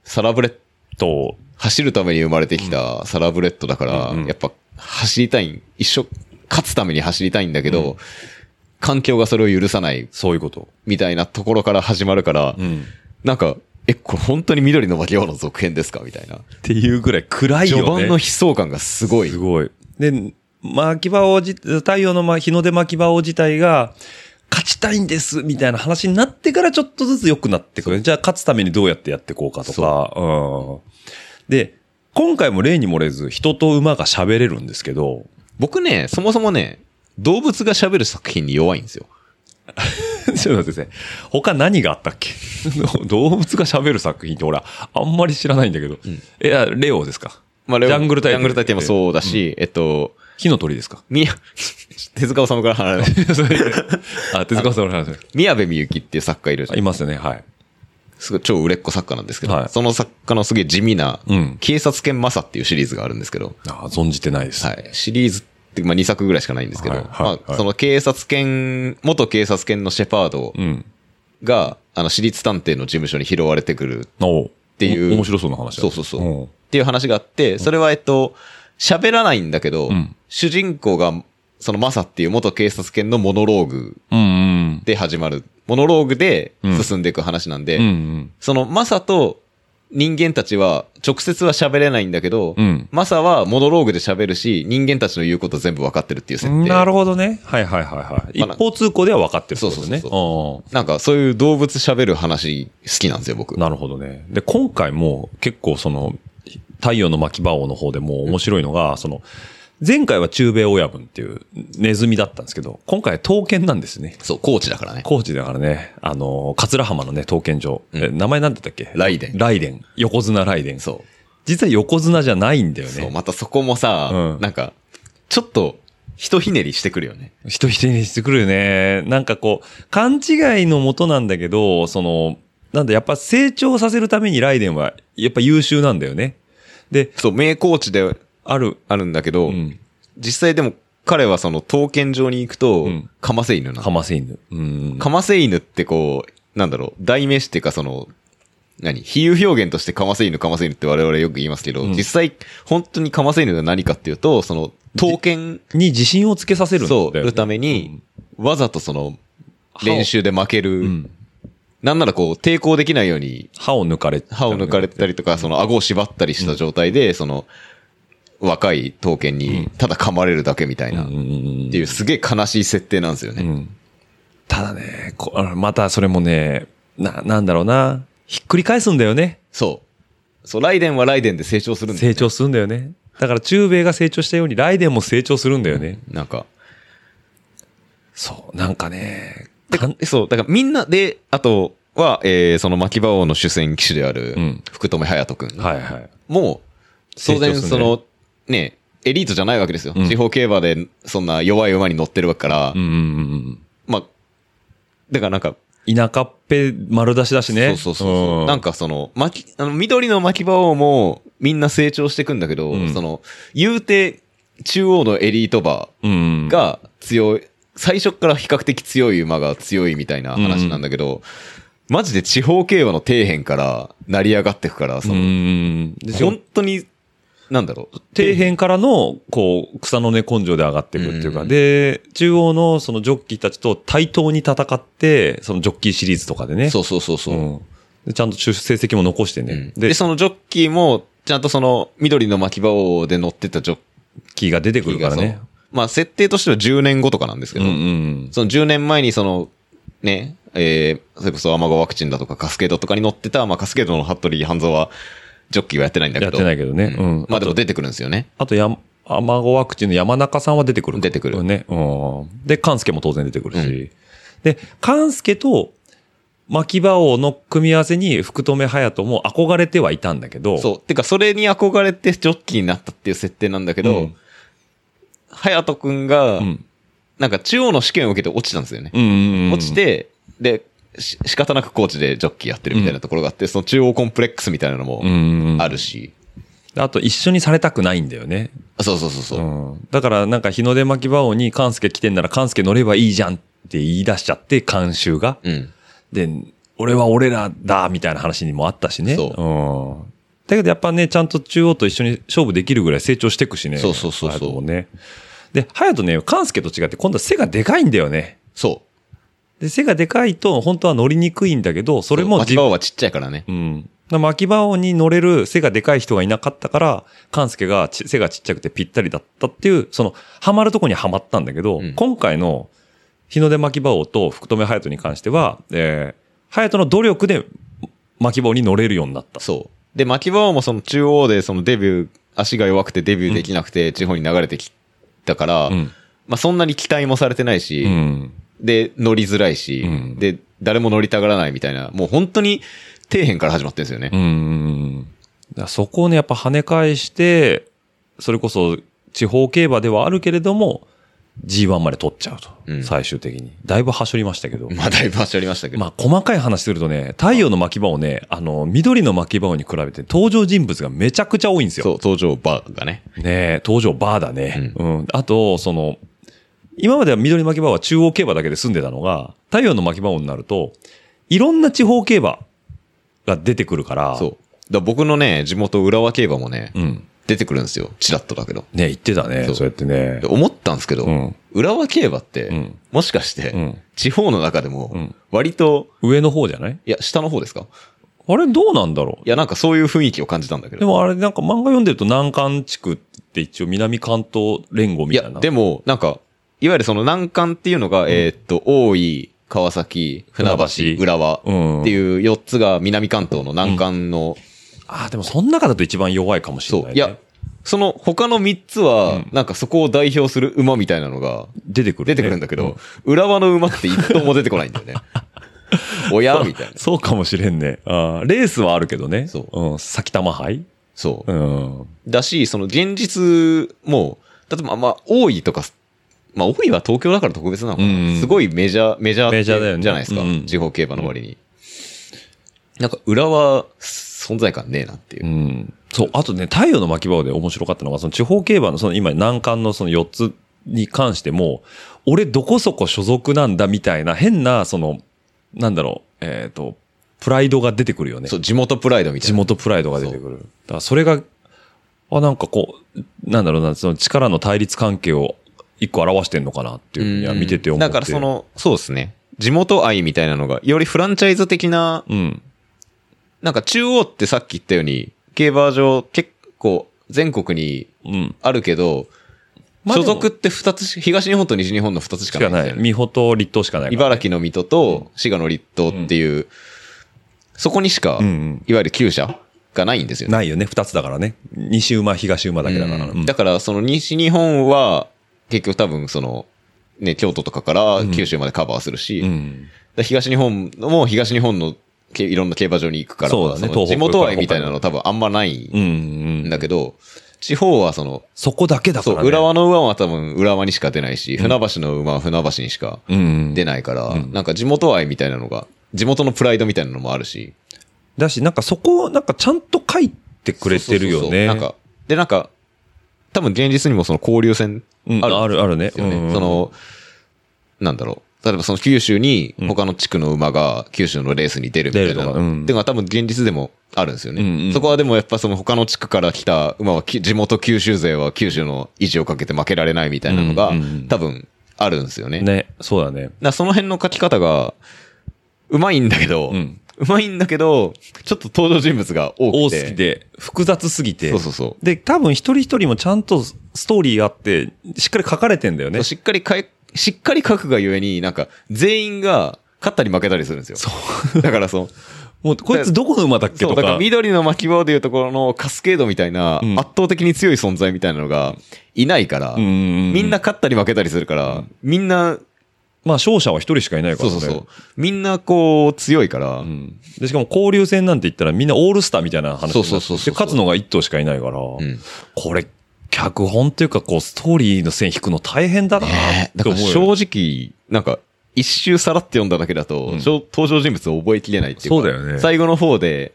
S5: サラブレッ
S4: と、
S5: 走るために生まれてきたサラブレッドだから、
S4: うんうん
S5: やっぱ走りたいん、一生勝つために走りたいんだけど、環境がそれを許さない
S4: そういうこと。
S5: みたいなところから始まるから、
S4: ん
S5: なんか、え、これ本当に緑の魔王の続編ですかみたいな。
S4: っていうぐらい暗いよね。
S5: 序盤の悲壮感がすごい。
S4: すごい。で、巻き場王自、太陽の、ま、日の出巻き場王自体が、勝ちたいんですみたいな話になってからちょっとずつ良くなってくる。じゃあ勝つためにどうやってやっていこうかとか。うん。で、今回も例に漏れず人と馬が喋れるんですけ ど、
S5: 僕ね、そもそもね、動物が喋る作品に弱いんですよ。
S4: ちょっと待ってください。他何があったっけ 動物が喋る作品ってほら、あんまり知らないんだけど。いや、レオですか。
S5: まあ
S4: ジャングル大帝
S5: ジャングル大帝もそうだし、えっと、
S4: 火の鳥 ですか
S5: みや、手塚治虫から離れる。
S4: それあ、手塚さんの話。
S5: 宮部みゆきっていう作家いるじゃん
S4: いますよね、はい。
S5: すごい超売れっ子作家なんですけど、
S4: はい
S5: その作家のすげえ地味な
S4: うん、
S5: 警察犬マサっていうシリーズがあるんですけど、
S4: あ存じてないです。
S5: はい。シリーズって、まあ、2作ぐらいしかないんですけど、
S4: はいはい
S5: ま
S4: は
S5: あ、
S4: い
S5: その警察犬、元警察犬のシェパード
S4: うん。
S5: が、あの、私立探偵の事務所に拾われてくるっ
S4: おって
S5: いう。
S4: お面白そうな話だ
S5: そうそうそう。
S4: うん
S5: っていう話があって、それはえっと、喋らないんだけど、
S4: ん
S5: 主人公が、そのマサっていう元警察犬のモノローグ
S4: うんうん。
S5: で始まる。モノローグで進んでいく話なんで、
S4: うんうん。
S5: そのマサと人間たちは直接は喋れないんだけど、
S4: うん
S5: マサはモノローグで喋るし、人間たちの言うこと全部分かってるっていう設定。
S4: なるほどね。はいはいはいはい。一
S5: まあ
S4: 方通行では分かってるってことね。
S5: そうそう
S4: そ
S5: なんかそういう動物喋る話好きなんですよ、僕。
S4: なるほどね。で、今回も結構その、太陽の巻き場王の方でも面白いのが、その、前回は中米親分っていうネズミだったんですけど、今回は刀剣なんですね。
S5: そう、コーチだからね。
S4: 高知だからね、あの、桂浜のね、刀剣場。え名前なんて言ったっけ
S5: 雷電
S4: ライデン。横綱ライデン。
S5: そう。
S4: 実は横綱じゃないんだよ
S5: そう、
S4: ね。
S5: またそこもさ、
S4: うん
S5: なんか、ちょっと、ひとひねりしてくるよね。
S4: 人否定にしてくるよね。なんかこう、勘違いのもとなんだけど、その、なんだ、やっぱ成長させるためにライデンは、やっぱ優秀なんだよね。で、
S5: そう、名コーチで
S4: ある、
S5: あるんだけど、
S4: うん、
S5: 実際でも彼はその刀剣場に行くと、
S4: うん
S5: かませ犬な
S4: か
S5: の。
S4: ませ犬。うん。
S5: かませ犬ってこう、なんだろう、代名詞っていうかその、何比喩表現としてかませ犬かませ犬って我々よく言いますけど、
S4: うん
S5: 実際、本当にかませ犬が何かっていうと、その、刀剣、
S4: に自信をつけさせるんだ
S5: そ
S4: よ、
S5: う、
S4: ね。
S5: るために、わざとその、練習で負ける、
S4: うん。
S5: なんならこう、抵抗できないように
S4: 歯を抜かれてたね
S5: 歯を抜かれてたりとか、その顎を縛ったりした状態で、その、若い刀剣に、ただ噛まれるだけみたいな、っ
S4: うんうんうん
S5: ていうすげえ悲しい設定なんですよ
S4: う
S5: ね。
S4: ん。ただね、こあまたそれもね、な、なんだろうな。ひっくり返すんだよね。
S5: そう。そう、ライデンはライデンで成長するんだよ
S4: 成
S5: ね
S4: 長するんだよね。だから中米が成長したように、ライデンも成長するんだよね。
S5: なんか。
S4: そう、なんかね、
S5: で
S4: かん
S5: そう、だからみんなで、あとは、えーその牧場王の主戦騎手である
S4: うん、
S5: 福留隼人くん
S4: はいはい。
S5: も、当
S4: 成長
S5: 然
S4: するね
S5: その、ね、エリートじゃないわけですよ。
S4: うん
S5: 地方競馬で、そんな弱い馬に乗ってるわけから
S4: うん、うん
S5: まあ、だからなんか、
S4: うん。田舎っぺ丸出しだしね。
S5: そうそうそうそう。なん
S4: か、
S5: かその、巻き、あの、緑の巻き場王もみんな成長していくんだけど、
S4: うん
S5: その、言うて、中央のエリート馬
S4: うんうん。
S5: が強い、最初から比較的強い馬が強いみたいな話なんだけど、マジで地方競馬の底辺から成り上がっていくから、
S4: う
S5: そ
S4: んう
S5: の、
S4: んうん。でしかも
S5: 本当に、なんだろう。
S4: 底辺からの、こう、草の根根性で上がっていくっていうか、
S5: うん
S4: で、中央のそのジョッキーたちと対等に戦って、そのジョッキーシリーズとかでね。
S5: そうそうそうそう。
S4: うんでちゃんと成績も残してね。
S5: うんで
S4: で、ジョッ
S5: そのジョッキーも、ちゃんとその、緑の巻き場王で乗ってたジョッ
S4: キーが出てく
S5: キ
S4: る
S5: ー
S4: か
S5: が、
S4: らね。
S5: そうまあ、設定としては10年後とかなんですけ
S4: うん
S5: ど、
S4: うん。
S5: その10年前にその、ね、えー、それこそアマゴワクチンだとかカスケードとかに乗ってた、まあカスケードの服部半蔵は、ジョッキーはやってないんだけ
S4: やっ
S5: ど。
S4: てないけどね。う
S5: うん
S4: ん。
S5: まあでも出てくるんですよね。
S4: あとやん、アマゴワクチンの山中さんは出てくる。
S5: 出てくる
S4: ね。うん。で、カンスケも当然出てくるし。で、カンスケと、牧場王の組み合わせに福留隼人も憧れてはいたんだけど、
S5: そう。てか、それに憧れてジョッキーになったっていう設定なんだけ
S4: う
S5: ど
S4: ん、
S5: 隼人くんが
S4: う、ん。
S5: なんか中央の試験を受けて落ちたんですよね。
S4: うんうんうんうん。
S5: 落ちて、で、し仕方なくコーチでジョッキーやってるみたいなところがあって、その中央コンプレックスみたいなのも
S4: うんうんうん。
S5: あるし。
S4: あと一緒にされたくないんだよね。
S5: あそうそうそうそうう。
S4: ん。だからなんか日の出巻き場王に勘介来てんなら勘介乗ればいいじゃんって言い出しちゃって、監修が。
S5: うん。
S4: で、俺は俺らだみたいな話にもあったしね。。
S5: そう
S4: ん。だけどやっぱね、ちゃんと中央と一緒に勝負できるぐらい成長していくしね。
S5: そうそうそうそう
S4: 隼人もね。で、隼人ね、勘介と違って今度は背がでかいんだよね。
S5: そ。
S4: で、背がでかいと本当は乗りにくいんだけど、そうれも
S5: 巻
S4: 自
S5: き
S4: 分
S5: 場はちっちゃいからね。
S4: うん。巻き場王に乗れる背がでかい人がいなかったから、勘介がち背がちっちゃくてぴったりだったっていう、その、ハマるとこにはまったんだけど、
S5: うん
S4: 今回の日の出巻き場王と福留隼人に関しては、えー、隼人の努力で巻き場王に乗れるようになった。
S5: そう。で、牧場もその中央でそのデビュー、足が弱くてデビューできなくて地方に流れてきたから、
S4: うん。
S5: まあそんなに期待もされてないし、
S4: うん。
S5: で、乗りづらいし、
S4: うん
S5: で、誰も乗りたがらないみたいな、もう本当に底辺から始まってるんですよね。
S4: うん。だからそこをね、やっぱ跳ね返して、それこそ地方競馬ではあるけれども、G1 まで取っちゃうと。
S5: うん
S4: 最終的に。だいぶ端折りましたけど。
S5: まあだいぶ走りましたけど。
S4: まあ、細かい話するとね、太陽の巻き場をね、あの、緑の巻き場をに比べて登場人物がめちゃくちゃ多いんです
S5: そう
S4: よ。、
S5: 登場バーがね。
S4: ねえ登場バーだね。
S5: う
S4: うん。あと、その、今までは緑の巻き場は中央競馬だけで住んでたのが、太陽の巻き場をになると、いろんな地方競馬が出てくるから、
S5: そう。だから僕のね、地元浦和競馬もね、
S4: うん。
S5: 出てくるんですよ。チラッとだけど。
S4: ね言ってたね。
S5: そ
S4: そううやってね
S5: で。思ったんですけど、
S4: うん
S5: 浦和競馬って、
S4: うん
S5: もしかして、
S4: うん
S5: 地方の中で
S4: う
S5: も
S4: ん、
S5: 割と、
S4: 上の方じゃない
S5: いや、下の方ですか
S4: あれどうなんだろ
S5: いや、なんかそういう雰囲気を感じたんだけ
S4: う
S5: ど。
S4: でもあれなんか漫画読んでると南関地区って一応南関東連合
S5: い
S4: みた
S5: や、
S4: いな。
S5: でも、なんか、いわゆるその難関っていうのが、えーっと、大井、川崎、船
S4: 船
S5: 橋、
S4: 橋
S5: 浦和って
S4: うん
S5: いう4つが南関東の難関の、
S4: ああ、でもその中だと一番弱いかもしれ
S5: そ。
S4: ないうね。
S5: いや、その他の3つは、なんかそこを代表する馬みたいなのが
S4: 出てくる、
S5: 出てくるんだけど、浦和の馬って1頭も出てこないん だよね。おやみたいな。
S4: そうかもしれんね。あーレースはあるけどね。。
S5: そう
S4: ん、先玉杯
S5: そう
S4: う。ん。
S5: だし、その現実も、例えば、まあ、大井とか、まあ、大井は東京だから特別なのかな、
S4: うん
S5: すごいメジャー、メジャー
S4: メジャーだよね
S5: じゃないですか。
S4: うん
S5: 地方競馬の割に。なんか、裏は存在感ねえなっていうう。
S4: ん。そう。あとね、太陽の巻き場で面白かったのが、その地方競馬のその今難関のその4つに関しても、俺どこそこ所属なんだみたいな変な、その、なんだろう、えっ、と、プライドが出てくるよね。
S5: そう、地元プライドみたい
S4: 地
S5: な。
S4: 元プライドが出てくる。だからそれが、あ、なんかこう、なんだろうな、その力の対立関係を一個表してんのかなっていうふうには見てて思って。
S5: だからそ、の、そうですね。地元愛みたいなのが、よりフランチャイズ的な、
S4: うん。
S5: なんか中央ってさっき言ったように、競馬場結構全国に
S4: うん。
S5: あるけど、
S4: まあで
S5: 所
S4: も
S5: 属って二つし、東日本と西日本の二つし
S4: し
S5: かな
S4: か
S5: いんです
S4: な
S5: よね
S4: い。美穂と立東しかないから、
S5: 茨城の水戸と滋賀の立東っていう、そこにしか、
S4: うんうん
S5: いわゆる厩舎がないんですよね。
S4: ないよね。二つだからね。西馬、東馬だけだから。
S5: う
S4: うん
S5: んだから、その西日本は、結局多分その、ね、京都とかから九州までカバーするし、だか
S4: ん。
S5: ら東日本も東日本のけいろんな競馬場に行くから、
S4: そうだね
S5: の
S4: 東
S5: 地
S4: 北
S5: 元愛みたいなの多分あんまない
S4: うん
S5: んだけど、地方はその、
S4: そこだけだか
S5: そ
S4: ら、ね。
S5: う、浦和の馬は多分浦和にしか出ないし、船橋の馬は船橋にしか
S4: うん。
S5: 出
S4: で、
S5: ないから、なんか地元愛みたいなのが、地元のプライドみたいなのもあるし。
S4: だし、なんかそこをなんかちゃんと書いてくれてるよ
S5: そうそうそう
S4: ね。
S5: なんか、で、なんか、多分現実にもその交流戦
S4: うん、
S5: あ
S4: あ
S5: るん
S4: る、あるね。
S5: ですよね。
S4: うん
S5: そ、の、なんだろう。例えばその九州に他の地区の馬が九州のレースに出るみたい
S4: 出
S5: な
S4: るとかうん
S5: っていうのは多分現実でもあるんですよね。
S4: うんうん
S5: そこはでもやっぱその他の地区から来た馬はき地元九州勢は九州の維持をかけて負けられないみたいなのが
S4: うんうんうん
S5: 多分あるんですよね。
S4: ね、そうだね。
S5: だからその辺の書き方が、うまいんだけど、
S4: うん
S5: うまいんだけど、ちょっと登場人物が
S4: 大
S5: 多く
S4: 好
S5: て。
S4: きで、複雑すぎて。
S5: そうそうそう。
S4: で、多分一人一人もちゃんとストーリーがあって、しっかり書かれてんだよね。
S5: しっかりかえ、しっかり書くがゆえに、なんか、全員が、勝ったり負けたりするんですよ。だからそう、
S4: もう、こいつどこの馬だっけ
S5: そう、
S4: と
S5: だから
S4: か。
S5: 緑の巻き棒でいうところのカスケードみたいな、
S4: ん
S5: 圧倒的に強い存在みたいなのが、いないから、
S4: うんうんうん
S5: みんな、勝ったり負けたりするから、みんな、
S4: まあ、勝者は一人しかいないか
S5: そ
S4: ら
S5: う
S4: ね。
S5: そうそう、みんなこう、強いから、
S4: うんで、しかも交流戦なんて言ったらみんなオールスターみたいな話になって
S5: そうそうそうそう
S4: で勝つのが一頭しかいないから、
S5: ん
S4: これ、脚本っていうか、こう、ストーリーの線引くの大変だな
S5: ねえ
S4: って
S5: だか
S4: 思
S5: ら
S4: うよね、
S5: 正直、なんか、一周さらって読んだだけだと、
S4: ん
S5: しょ登場人物を覚えきれないっていうか。
S4: そうだよね
S5: 最後の方で、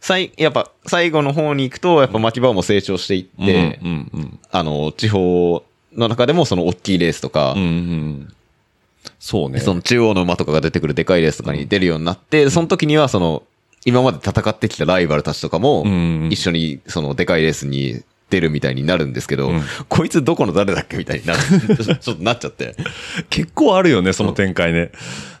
S5: 最、やっぱ、最後の方に行くと、やっぱ巻き場も成長していって、
S4: うんうんうん
S5: あの、地方の中でもその大きいレースとか、
S4: うんうんそうね。
S5: その中央の馬とかが出てくるでかいレースとかに出るようになって、その時にはその、今まで戦ってきたライバルたちとかも
S4: うんうん、
S5: 一緒にそのでかいレースに出るみたいになるんですけど、
S4: うん
S5: こいつどこの誰だっけみたいになる、 ちょちょっとなっちゃって。
S4: 結構あるよね、その展開ね。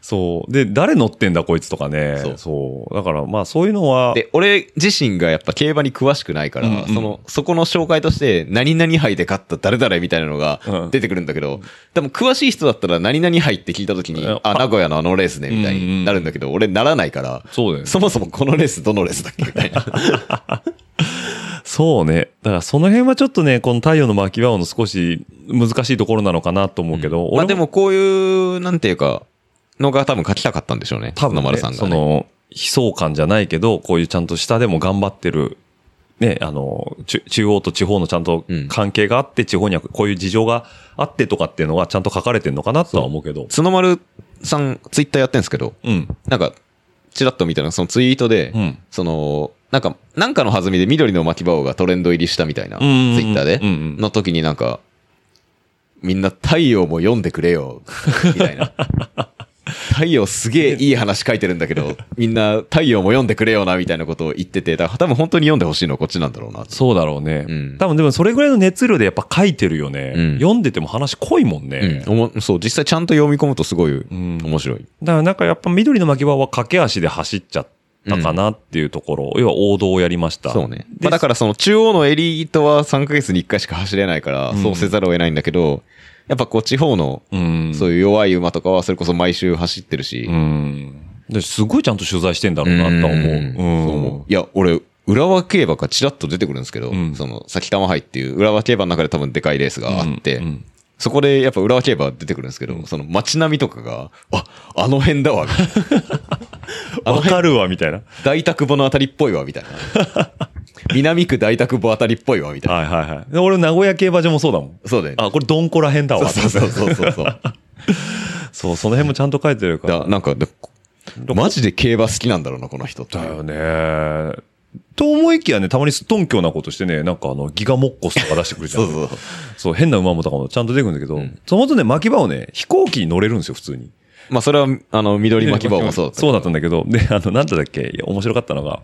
S4: そう。で、誰乗ってんだ、こいつとかね。
S5: そ
S4: そうう。だから、まあ、そういうのは、
S5: で、俺自身がやっぱ競馬に詳しくないから、
S4: うんうん
S5: その、そこの紹介として、何々杯で勝った誰々みたいなのが
S4: うん
S5: 出てくるんだけど、でも詳しい人だったら何々杯って聞いた時に
S4: うん、
S5: あ、名古屋のあのレースね、みたいになるんだけど、俺ならないから、
S4: そうだよね
S5: そもそもこのレースどのレースだっけみたい な。
S4: そうね。だから、その辺はちょっとね、この太陽の巻き場の少し難しいところなのかなと思うけど、
S5: まあでもこういう、なんていうか、のが多分書きたかったんでしょうね。
S4: 多分、
S5: 野
S4: ね
S5: 丸さんが、ね。
S4: その、悲壮感じゃないけど、こういうちゃんと下でも頑張ってる、ね、あの、ちゅ中央と地方のちゃんと
S5: うん
S4: 関係があって、地方にはこういう事情があってとかっていうのがちゃんと書かれてるのかなとは思うけど。
S5: 角丸さん、ツイッターやってるんですけど、
S4: うん。
S5: なんか、チラッと見たら、そのツイートで、
S4: うん
S5: その、なんか、なんかの弾みで緑の巻き場王がトレンド入りしたみたいな、ツイ
S4: んうんうん
S5: ッターで
S4: うんうん、
S5: の時になんか、みんな太陽も読んでくれよ、みたい な。太陽すげえいい話書いてるんだけど、みんな太陽も読んでくれよな、みたいなことを言ってて、だから多分本当に読んでほしいのはこっちなんだろうな。
S4: そうだろうね。
S5: うん
S4: 多分でもそれぐらいの熱量でやっぱ書いてるよね。
S5: うん
S4: 読んでても話濃いもんね。
S5: うんおも、そう、実際ちゃんと読み込むとすごい面白い。
S4: だからなんかやっぱ緑の巻き場は駆け足で走っちゃったかなっていうところ。要は王道をやりました。
S5: そうね。
S4: で
S5: まあだからその中央のエリートは3ヶ月に1回しか走れないから、そうせざるを得ないんだけど、やっぱこう地方の、
S4: うん。
S5: そういう弱い馬とかはそれこそ毎週走ってるし
S4: う、ん。ですごいちゃんと取材してんだろうなとは思う。うん。
S5: そう思ういや、俺、浦和競馬がちらっと出てくるんですけど、
S4: ん
S5: その、先玉杯っていう浦和競馬の中で多分でかいレースがあって、
S4: うんうん
S5: そこでやっぱ浦和競馬出てくるんですけど、その街並みとかが、あ、あの辺だわ、み たいなあの
S4: わ
S5: 辺
S4: かるわ、みたいな。
S5: 大宅母のあたりっぽいわ、みたいな。南区大宅母あたりっぽいわ、みたいな。
S4: はいはいはい。で俺、名古屋競馬場もそうだもん。
S5: そうだよね。
S4: あ、これ、どんこら辺だわ。
S5: そうそうそうそうそう。
S4: そう、その辺もちゃんと書いてるか ら。
S5: だなんか、でマジで競馬好きなんだろうな、この人って。
S4: だよね。と思いきやね、たまにすっとんきょうなことしてね、なんかあの、ギガモッコスとか出してくるじゃ
S5: そ
S4: ん。
S5: うそうそう。
S4: そう変な馬もとかもちゃんと出てくるんだけど、その後ね、巻き場をね、飛行機に乗れるんですよ、普通に。
S5: まあ、それは、あの、 緑巻き場もそうだったけど。
S4: ったんだけど、で、あの、なんだっけ、いや面白かったのが、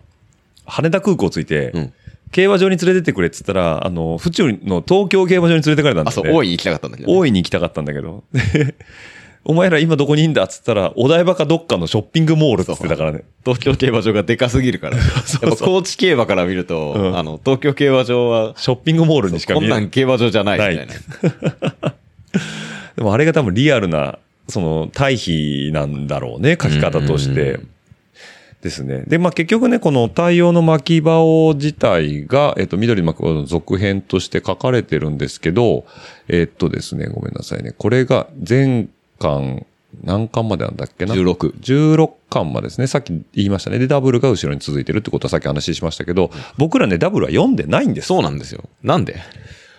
S4: 羽田空港着いて、
S5: うん
S4: 競馬場に連れてってくれっつったら、あの、府中の東京競馬場に連れてかれたん
S5: あ、
S4: だよ
S5: そう、
S4: ね。
S5: 大いに行きたかったんだけどね。
S4: 大いに行きたかったんだけど。 でお前ら今どこにいんだっつったら、お台場かどっかのショッピングモールっつってたからね。
S5: 東京競馬場がでかすぎる から。やっぱ高知競馬から見ると、
S4: うん
S5: あの、東京競馬場は、
S4: ショッピングモールにしか
S5: こ
S4: 見
S5: ん
S4: えな
S5: ないん。競馬場じゃないみたいな
S4: な。でもあれが多分リアルな、その、対比なんだろうね、書き方とし
S5: う
S4: て
S5: ん。
S4: ですね。で、まあ、結局ね、この太陽の巻き場を自体が、えっと、緑の巻き場の続編として書かれてるんですけど、えっとですね、ごめんなさいね。これが前巻、何巻までなんだっけな
S5: 16。
S4: 16巻までですね。さっき言いましたね。で、ダブルが後ろに続いてるってことはさっき話しましたけど、僕らね、ダブルは読んでないんです。
S5: そうなんですよ。なんで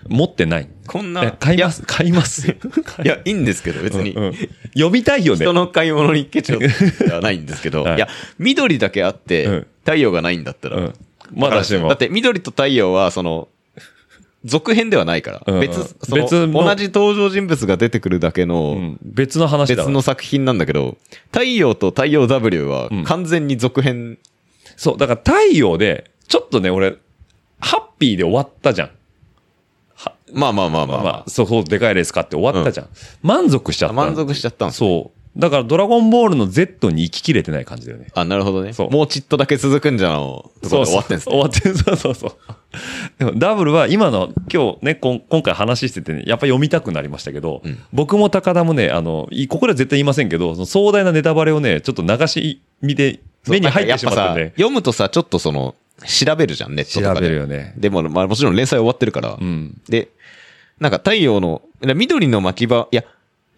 S4: 持ってない。
S5: こん
S4: い
S5: な、
S4: や買います。買います。
S5: いや、いいんですけど、別に。
S4: うんうん読みたいよね
S5: 人。の買い物にケチをで はないんですけど、
S4: はい
S5: い、や、緑だけあっ
S4: う
S5: て
S4: ん、
S5: 太陽がないんだったら、
S4: うんまだしも
S5: だって緑と太陽は、その、続編ではないから、
S4: うんうん
S5: 別、その
S4: 別の
S5: 同じ登場人物が出てくるだけ
S4: う
S5: の
S4: ん別の話だ
S5: 別の作品なんだけど、太陽と太陽 W は
S4: ん
S5: 完全に続編、
S4: そう、だから太陽で、ちょっとね、俺、ハッピーで終わったじゃん。
S5: まあまあまあまあ、
S4: まあ、そうそう、でかいレース買って終わったじゃん。満足しちゃった。
S5: 満足しちゃったんですね
S4: そう。だから、ドラゴンボールの Z に行ききれてない感じだよね。
S5: あ、なるほどね
S4: そう。
S5: もうちっとだけ続くんじゃの、ところで終わってんすね。
S4: そうそう終わってんそうそうそう。でも、ダブルは今の、今日ね、こん今回話しててね、やっぱ読みたくなりましたけど、
S5: うん
S4: 僕も高田もね、あの、いここでは絶対言いませんけど、その壮大なネタバレをね、ちょっと流し見で、目に入ってしま
S5: そう
S4: っ
S5: なんか
S4: て
S5: やっぱさ
S4: ね、。
S5: 読むとさ、ちょっとその、調べるじゃん、ネットと
S4: 調
S5: かで。
S4: べるよね。
S5: でも、まあもちろん連載終わってるから。
S4: うん。
S5: で、なんか太陽の、いや緑の巻き場、いや、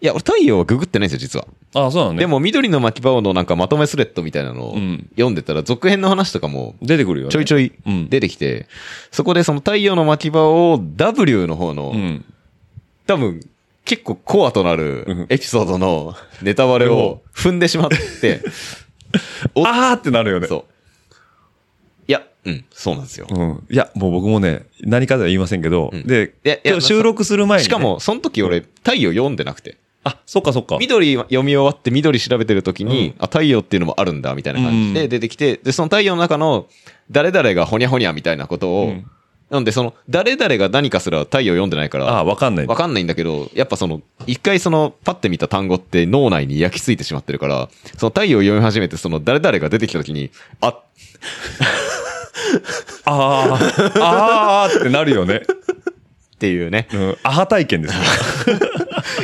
S5: いや、俺太陽はググってないんですよ、実は。
S4: あ、そうなのね。
S5: でも、緑の巻き場のなんかまとめスレッドみたいなのを
S4: うん
S5: 読んでたら、続編の話とかも
S4: 出てくるよね。
S5: ちょいちょい
S4: うん
S5: 出てきて、そこでその太陽の巻き場を W の方の、
S4: うん。
S5: 多分、結構コアとな
S4: うん
S5: るエピソードのネタバレを踏んでしまって、お
S4: あーってなる よね。
S5: そう。いや、うん、そうなんですよ。
S4: うん。いや、もう僕もね、何かでは言いませんけど、
S5: うん
S4: で
S5: いやい、や
S4: 今日収録する前に、ね。
S5: しか、も、その時俺、太陽読んでなくて。
S4: あ、そっかそっか。
S5: 緑読み終わって緑調べてる時に、あ、太陽っていうのもあるんだ、みたいな感じ
S4: う
S5: で
S4: ん
S5: 出てきて、で、その太陽の中の、誰々がほにゃほにゃみたいなことを、
S4: うん
S5: なんでその、誰々が何かすら太陽読んでないから、
S4: あーわかんない。
S5: わかんないんだけど、やっぱその、一回その、パッて見た単語って脳内に焼き付いてしまってるから、その太陽を読み始めて、その誰々が出てきた時に、あ、
S4: あー、あーってなるよね。
S5: っていうね、
S4: うん。アハ体験ですね。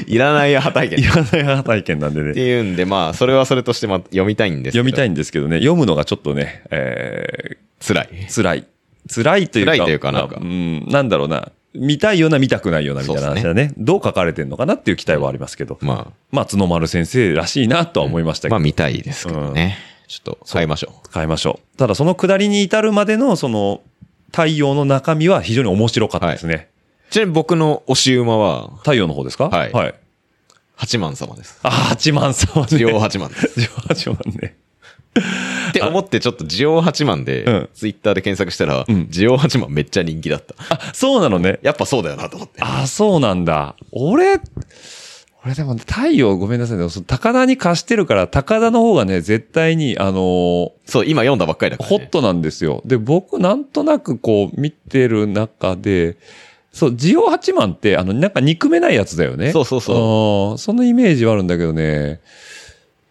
S5: いらないアハ体験
S4: い
S5: っ
S4: らないアハ体験なんで
S5: て
S4: ね。
S5: いうんで、まあ、それはそれとして、まあ、読みたいんですけど
S4: 読みたいんですけどね、読むのがちょっとね、え
S5: 辛い。
S4: ー、辛い。辛いというか。
S5: 辛いというかなんか
S4: まあうん、なんだろうな。見たいような、見たくないようなみたいな話だね。どう書かれてんのかなっていう期待はありますけど。
S5: ま
S4: まあ、角丸先生らしいなとは思いました
S5: あ、
S4: けど
S5: まあ、見たいですけどね。ちょっと、買いましょう。
S4: 変えましょう。ただその下りに至るまでのその太陽の中身は非常に面白かったですね。
S5: ちなみに僕の押し馬は、
S4: 太陽の方ですか
S5: はい
S4: はい。
S5: 八幡様です。
S4: あ、八幡様 ね。
S5: ジオ八幡です。
S4: ジオ八幡ね。
S5: って思って、ちょっとジオ八幡
S4: う
S5: で
S4: ん、
S5: ツイッターで検索したら
S4: ん、
S5: ジオ八幡めっちゃ人気だった。
S4: あ、そうなのね。
S5: やっぱそうだよなと思って。
S4: あ、そうなんだ。俺、俺でも太陽ごめんなさいね。その高田に貸してるから、高田の方がね、絶対に、あのー
S5: そう、今読んだばっかりだから
S4: ホ
S5: ね。
S4: ットなんですよ。で、僕なんとなくこう見てる中で、そう、ジオ八幡って、あの、なんか憎めないやつだよね。
S5: そうそうそう
S4: うんそのイメージはあるんだけどね、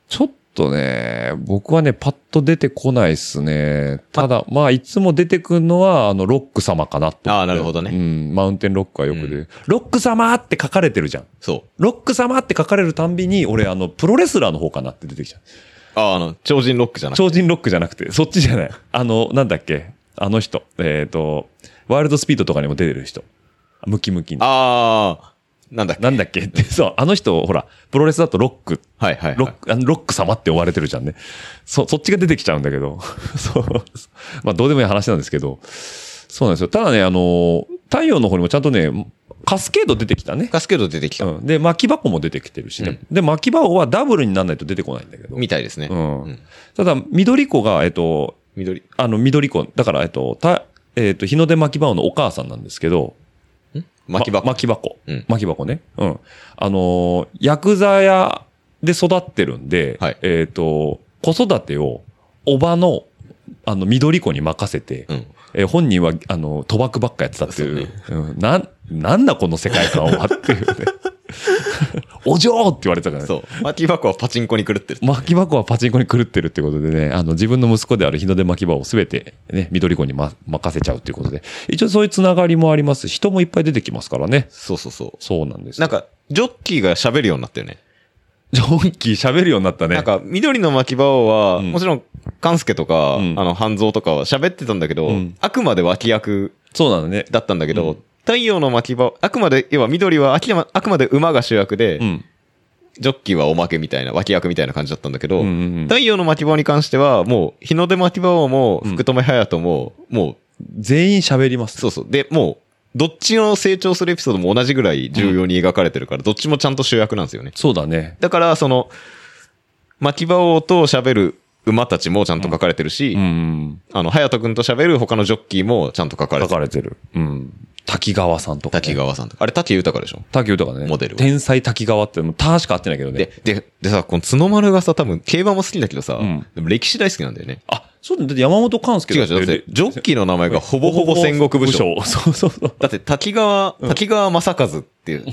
S4: ちょっとね、僕はね、パッと出てこないっすね。ただ、まあ、いつも出てくるのは、あの、ロック様かなと。
S5: ああ、なるほど
S4: う
S5: ね。
S4: ん、マウンテンロックはよくで、
S5: う
S4: ロック様って書かれてるじゃん。
S5: そう。
S4: ロック様って書かれるたんびに、俺、あの、プロレスラーの方かなって出てきちゃう。
S5: あ、あの、超人ロックじゃなくて。
S4: 超人ロックじゃなくて、そっちじゃない。あの、なんだっけあの人。えっ、と、ワイルドスピードとかにも出てる人。ムキムキの。
S5: ああ、なんだっけ。
S4: なんだっけって、そう、あの人、ほら、プロレスだとロック、
S5: はいはい、
S4: ロ
S5: は
S4: ッ
S5: い。
S4: ク、あのロック様って呼ばれてるじ ゃんね。そ、そっちが出てきちゃうんだけど。そう。まあ、どうでもいい話なんですけど。そうなんですよ。ただね、あのー太陽の方にもちゃんとね、カスケード出てきたね。
S5: カスケード出てきた。
S4: うん。で、巻き箱も出てきてるしね。で、巻き箱はダブルにならないと出てこないんだけど。
S5: みたいですね。
S4: うん
S5: うん
S4: ただ、緑子が、えっと、
S5: 緑。
S4: あの、緑子、だから、えっと、た、えっと、日の出巻き箱のお母さんなんですけど、
S5: 巻き
S4: ま
S5: 箱。
S4: 巻き箱。
S5: うん
S4: 巻き箱ね。うん。あのーヤクザ屋で育ってるんで、
S5: はい
S4: えっ、と、子育てを、おばの、あの、緑子に任せて、
S5: うん。
S4: えー本人は、あの、賭博ばっかやってたっていう、うん、なん、なんだこの世界観はっていうね。 お嬢って言われてたからね。
S5: そう。巻き箱はパチンコに狂ってる。
S4: 巻き箱はパチンコに狂ってるってことでね、あの、自分の息子である日の出巻き場をすべてね、緑子に、ま、任せちゃうっていうことで、一応そういうつながりもありますし、人もいっぱい出てきますからね。
S5: そうそうそう。
S4: そうなんです
S5: な
S4: よ。
S5: んか、ジョッキーが喋るようになったよね。
S4: ジョンキー喋るようになったね。
S5: なんか、緑の巻き場は、
S4: うん
S5: もちろん、カンスケとか、
S4: うん
S5: あの、半蔵とかは喋ってたんだけど、
S4: うん
S5: あくまで脇役
S4: そうなのね。
S5: だったんだけど、
S4: うん
S5: 太陽の巻き場、あくまで、要は緑はあきまあくまで馬が主役で、
S4: うん。
S5: ジョッキーはおまけみたいな、脇役みたいな感じだったんだけど、
S4: うんうんうん
S5: 太陽の巻き場に関しては、もう、日の出巻き場も、
S4: うん
S5: 福留隼人も、もう、
S4: 全員喋ります。
S5: そうそう。で、もう、どっちの成長するエピソードも同じぐらい重要に描かれてるから、どっちもちゃんと主役なんですよね。
S4: そうだね。
S5: だから、その、巻き場王と喋る馬たちもちゃんと書かれてるし、
S4: うんうん。
S5: あの、隼人君と喋る他のジョッキーもちゃんと書かれ
S4: 書
S5: て
S4: か
S5: る。
S4: れてる。うん。滝川さんとか、ね。
S5: 滝。川さんとか。あれ、滝豊でしょ
S4: 滝豊ね。
S5: モデル
S4: 天才滝川って、もう、たしか合ってないけどね。
S5: で、で、でさ、この角丸がさ、多分、競馬も好きだけどさ、
S4: ん
S5: でも歴史大好きなんだよね。
S4: あ、そうだね。だって山本勘介
S5: 違う
S4: だ
S5: 違
S4: って
S5: う、だって、ジョッキーの名前がほぼほぼ戦国武将。
S4: 将。 そうそうそう。
S5: だって、滝川、滝川正和って いう。だ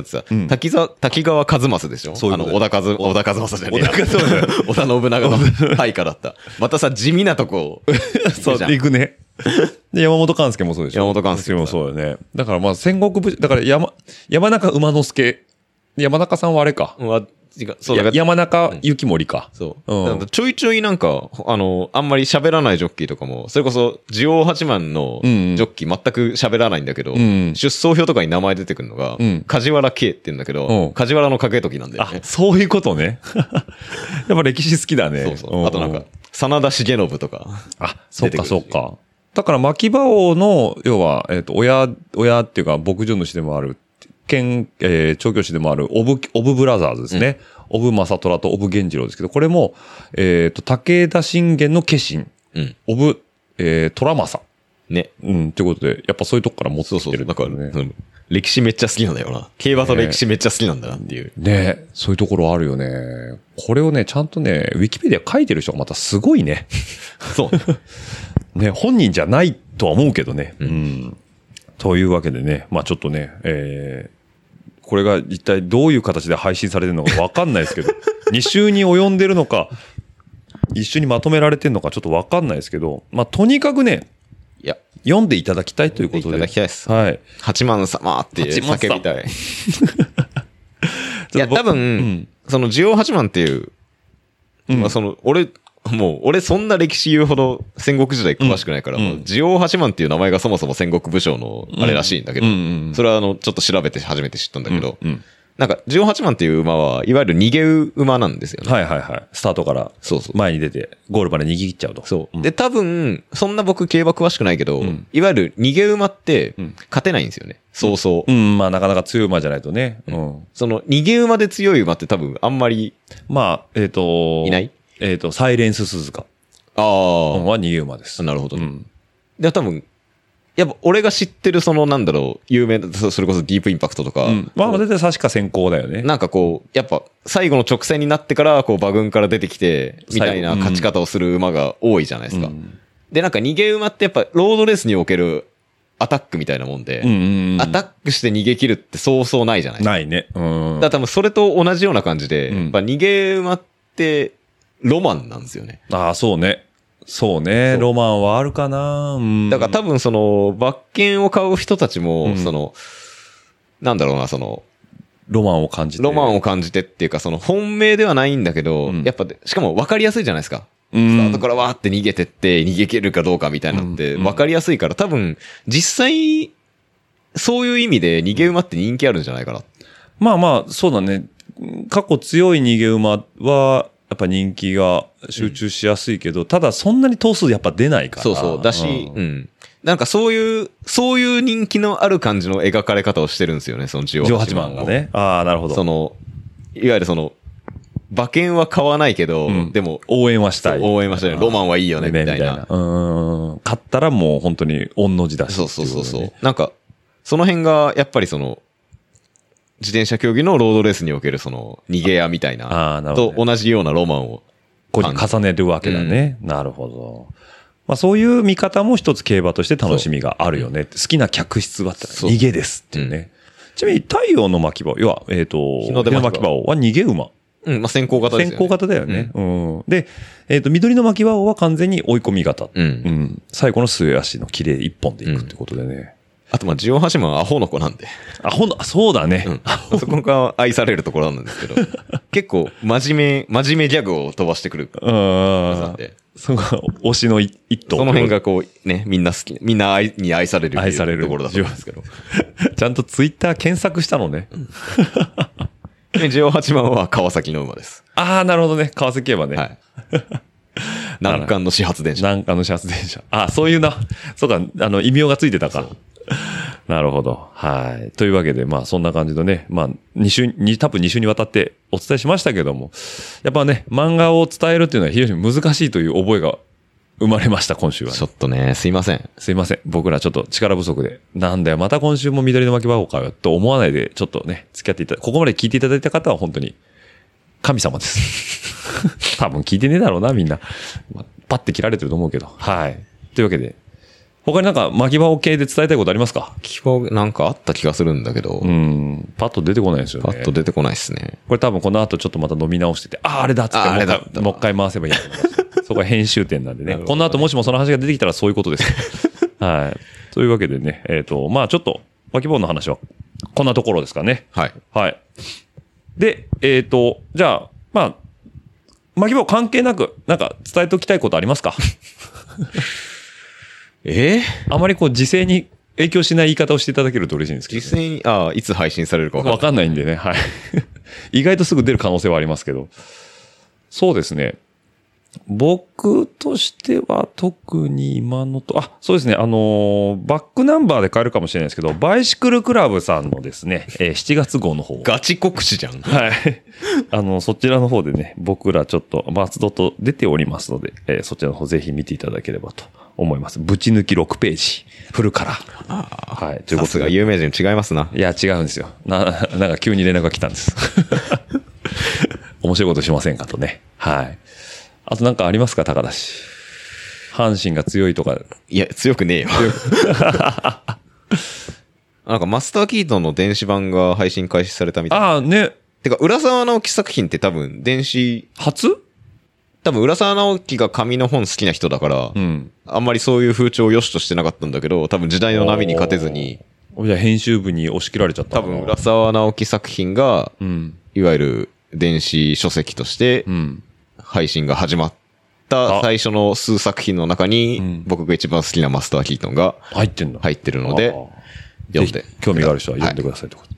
S5: ってさ、
S4: ん
S5: 滝沢、滝川和正でしょ
S4: そういう
S5: あ
S4: こ
S5: の、
S4: と
S5: 小田和、小田和正じゃねえや。
S4: 小田和 正
S5: 織田信長の配下だった。またさ、地味なとこ を。
S4: そう、
S5: じゃん
S4: 行くね。で、山本勘介もそうでしょ。
S5: 山本勘介
S4: もそうだよね。だからまあ戦国武士、だから山、山中馬之助。山中さんはあれか。
S5: は、違う、そう
S4: や
S5: だから
S4: 山中幸森か。
S5: そう。
S4: うん
S5: だからちょいちょいなんか、あの、あんまり喋らないジョッキーとかも、それこそ、ジオ八幡のジ
S4: うんう
S5: ョ
S4: ん
S5: ッキー全く喋らないんだけど、
S4: ん
S5: 出走表とかに名前出てくるのが、
S4: うん
S5: 梶原慶って言うんだけど、
S4: うん
S5: 梶原の影時なんだよ
S4: あ
S5: ね、。
S4: そういうことね。 やっぱ歴史好きだね。
S5: そうそう。あとなん
S4: う
S5: か、真田重信とか。
S4: あ、そっ
S5: 出てく
S4: か
S5: る
S4: そっか。だから、牧場王の、要は、えっ、と、親、親っていうか、牧場主でもある、県、えー、調教師でもある、オブ、オブブラザーズですね。オブ正虎とオブ源次郎ですけど、これも、えっ、と、武田信玄の家臣、
S5: うん。
S4: オブ、えー、虎政。
S5: ね。
S4: うん、ってことで、やっぱそういうとこから持って
S5: そう
S4: き
S5: そう
S4: て
S5: そ
S4: る
S5: う。なんか、
S4: ね。
S5: その歴史めっちゃ好きなんだよな。競馬と歴史めっちゃ好きなんだなっていう。
S4: ねそういうところあるよね。これをね、ちゃんとね、ウィキペディア書いてる人がまたすごいね。
S5: そう。
S4: ね、本人じゃないとは思うけどね。うん。というわけでね、まあちょっとね、えー、これが一体どういう形で配信されてるのかわかんないですけど、2週 に及んでるのか、一緒にまとめられてるのかちょっとわかんないですけど、まあとにかくね、
S5: いや、
S4: 読んでいただきたいということで。
S5: 読んでいただきたいです
S4: はい。
S5: 八幡様っていう
S4: 八幡
S5: 叫
S4: 様
S5: び たい。い
S4: ちょ
S5: や、
S4: っと僕
S5: 多分、
S4: ん
S5: その、ジオ八幡っていう、
S4: うん
S5: まあその、俺、もう、俺そんな歴史言うほど戦国時代詳しくないから、
S4: うん
S5: もうジオ八幡っていう名前がそもそも戦国武将のあれらしいんだけど、
S4: うんうんうん
S5: それはあの、ちょっと調べて初めて知ったんだけど、
S4: うんうん
S5: なんか、ジオ八幡っていう馬は、いわゆる逃げ馬なんですよね。
S4: はいはいはい。スタートから
S5: そうそう。
S4: 前に出て、ゴールまで逃げ切っちゃうと。
S5: そう。
S4: ん
S5: で、多分、そんな僕競馬詳しくないけど、
S4: ん
S5: いわゆる逃げ馬って
S4: ん、
S5: 勝てないんですよね。そうそう。
S4: うん、まあなかなか強い馬じゃないとね。うん。
S5: その、逃げ馬で強い馬って多分、あんまり、
S4: まあ、えっ、と、
S5: いない
S4: えっ、と、サイレンス鈴鹿
S5: ああ、
S4: は逃げ馬です。
S5: なるほど。
S4: うん。
S5: で、多分、やっぱ俺が知ってるその、なんだろう、有名な、そそれこそディープインパクトとか、
S4: うん。まあ、大体確か先行だよね。
S5: なんかこう、やっぱ最後の直線になってから、こう馬群から出てきて、みたいな
S4: 最後うん
S5: 勝ち方をする馬が多いじゃないですか。
S4: うん
S5: で、なんか逃げ馬ってやっぱロードレースにおけるアタックみたいなもんで、
S4: うんうんうん。
S5: アタックして逃げ切るってそうそうないじゃないですか。
S4: ないね。うん。
S5: だから多分それと同じような感じで、
S4: うん
S5: やっぱ逃げ馬ってロマンなんですよね。
S4: ああ、そうね。そうね。
S5: そう
S4: ロマンはあるかな。うん。
S5: だから多分その、馬券を買う人たちも、
S4: うん
S5: その、なんだろうな、その、
S4: ロマンを感じて。
S5: ロマンを感じてっていうか、その本命ではないんだけど、
S4: うん
S5: やっぱで、しかも分かりやすいじゃないですか。
S4: う
S5: ス
S4: ん
S5: タートからわーって逃げてって、逃げ切るかどうかみたいなのって、
S4: うん
S5: 分かりやすいから、多分、実際、そういう意味で逃げ馬って人気あるんじゃないかな。
S4: まあまあ、そうだね。過去強い逃げ馬は、やっぱ人気が集中しやすいけど、ただそんなに頭数やっぱ出ないから。
S5: そうそう。だし、
S4: ん
S5: うん。なんかそういう、そういう人気のある感じの描かれ方をしてるんですよね、その18
S4: 18
S5: 万
S4: 万が。ね。ああ、なるほど。
S5: その、いわゆるその、馬券は買わないけど、
S4: うん
S5: でも、
S4: 応援はしたい。
S5: 応援はしたい。ロマンはいいよね、み
S4: ね
S5: たい
S4: みたい
S5: な
S4: な。。うーん。勝ったらもう本当に、御の字だし。
S5: そうそうそうそう、
S4: っていことでね
S5: なんか、その辺が、やっぱりその、自転車競技のロードレースにおけるその、逃げ屋みたい
S4: あ
S5: な、
S4: あなるほど
S5: と
S4: ね
S5: 同じようなロマンを。
S4: ここに重ねるわけだね。なるほど。まあそういう見方も一つ競馬として楽しみがあるよね。好きな客室はって
S5: そう
S4: 逃げですっていうね。ちなみに太陽の巻き場、要は、えっ、と、
S5: 日の出巻き場
S4: 日の場は逃げ馬。
S5: うん、まあ、先行型ですよ
S4: 先
S5: ね。
S4: 行型だよね。うん。で、えっ、と、緑の巻き場は完全に追い込み型。
S5: うん
S4: うん。最後の末足の綺麗一本でいくってことでね。
S5: あと、まあ、ジオンハシマンはアホの子なんで。
S4: あ、ほんの、あそうだね。
S5: うん。そこが愛されるところなんですけど。 結構、真面目、真面目ギャグを飛ばしてくる。
S4: うん。その推しの一一頭。
S5: その辺がこう、ね、みんな好き、みんな愛に愛されるっていう
S4: 愛される
S5: ところだと思うんですけど。
S4: ちゃんとツイッター検索したのね。
S5: でジオ八万は川崎の馬です。
S4: ああ、なるほどね。川崎競馬ね。
S5: はい。難関の始発電車。
S4: なんかの始発電車。 あ、そういうな。そうか、あの、異名がついてたか。なるほど。はい。というわけで、まあ、そんな感じのね、まあ、2週、に多分2週にわたってお伝えしましたけども、やっぱね、漫画を伝えるっていうのは非常に難しいという覚えが生まれました、今週はね、
S5: ちょっとね、すいません。
S4: すいません。僕らちょっと力不足で。なんだよ、また今週も緑の巻き箱かよ、と思わないで、ちょっとね、付き合っていた、ここまで聞いていただいた方は本当に、神様 です。多分聞いてねえだろうな、みんな。まパッて切られてると思うけど。はい。というわけで、他になんか巻き箱系で伝えたいことありますか
S5: 希望なんかあった気がするんだけど、
S4: うん。パッと出てこないですよ
S5: パ
S4: ね。
S5: ッと出てこないですね。
S4: これ多分この後ちょっとまた飲み直してて、ああ、あれだっつって
S5: あーあれだ
S4: もう一回、もう一回回せばいいと思 います。そこは編集点なんでね。この後もしもその話が出てきたらそういうことです。 はい。というわけでね、えっ、と、まあちょっと、脇本の話は、こんなところですかね。
S5: はい。
S4: はい。で、えっ、と、じゃあ、まあ、巻本関係なく、なんか伝えておきたいことありま すか
S5: えー、
S4: あまりこう、時勢に影響しない言い方をしていただけると嬉しいんですけど、ね。
S5: 実際に、ああ、いつ配信されるかわかんない。
S4: わかんないんでね、はい。 意外とすぐ出る可能性はありますけど。そうですね。僕としては特に今のと、あ、そうですね、あのーバックナンバーで買えるかもしれないですけど、バイシクルクラブさんのですね、えー7月号の方。
S5: ガチ告知じゃん。
S4: はい。 あの、そちらの方でね、僕らちょっと松戸と出ておりますので、えーそちらの方ぜひ見ていただければと思います。ぶち抜き6ページ、フルカラー。はい。と
S5: さ
S4: いうこと
S5: す
S4: で
S5: が有名人違いますな。
S4: いや、違うんですよ。な、 なんか急に連絡が来たんです。 面白いことしませんかとね。はい。あとなんかありますか高田氏。阪神が強いとか。
S5: いや、強くねえよ。 なんかマスターキートンの電子版が配信開始されたみたいな。
S4: ああ、ね、
S5: てか、浦沢直樹作品って多分電子、
S4: 初
S5: 多分浦沢直樹が紙の本好きな人だから、
S4: うん。
S5: あんまりそういう風潮を良しとしてなかったんだけど、多分時代の波に勝てずに、
S4: お。じゃあ編集部に押し切られちゃった
S5: 多
S4: のかな
S5: 分浦沢直樹作品が、
S4: うん。
S5: いわゆる電子書籍として
S4: うん。
S5: 配信が始まった
S4: あ
S5: 最初の数作品の中
S4: うん
S5: に、僕が一番好きなマスターキートンが
S4: 入ってんだ。
S5: 入ってるので
S4: あ、ー
S5: 読ん
S4: ぜ
S5: で
S4: ひ。興味がある人は読んでくださいってこと、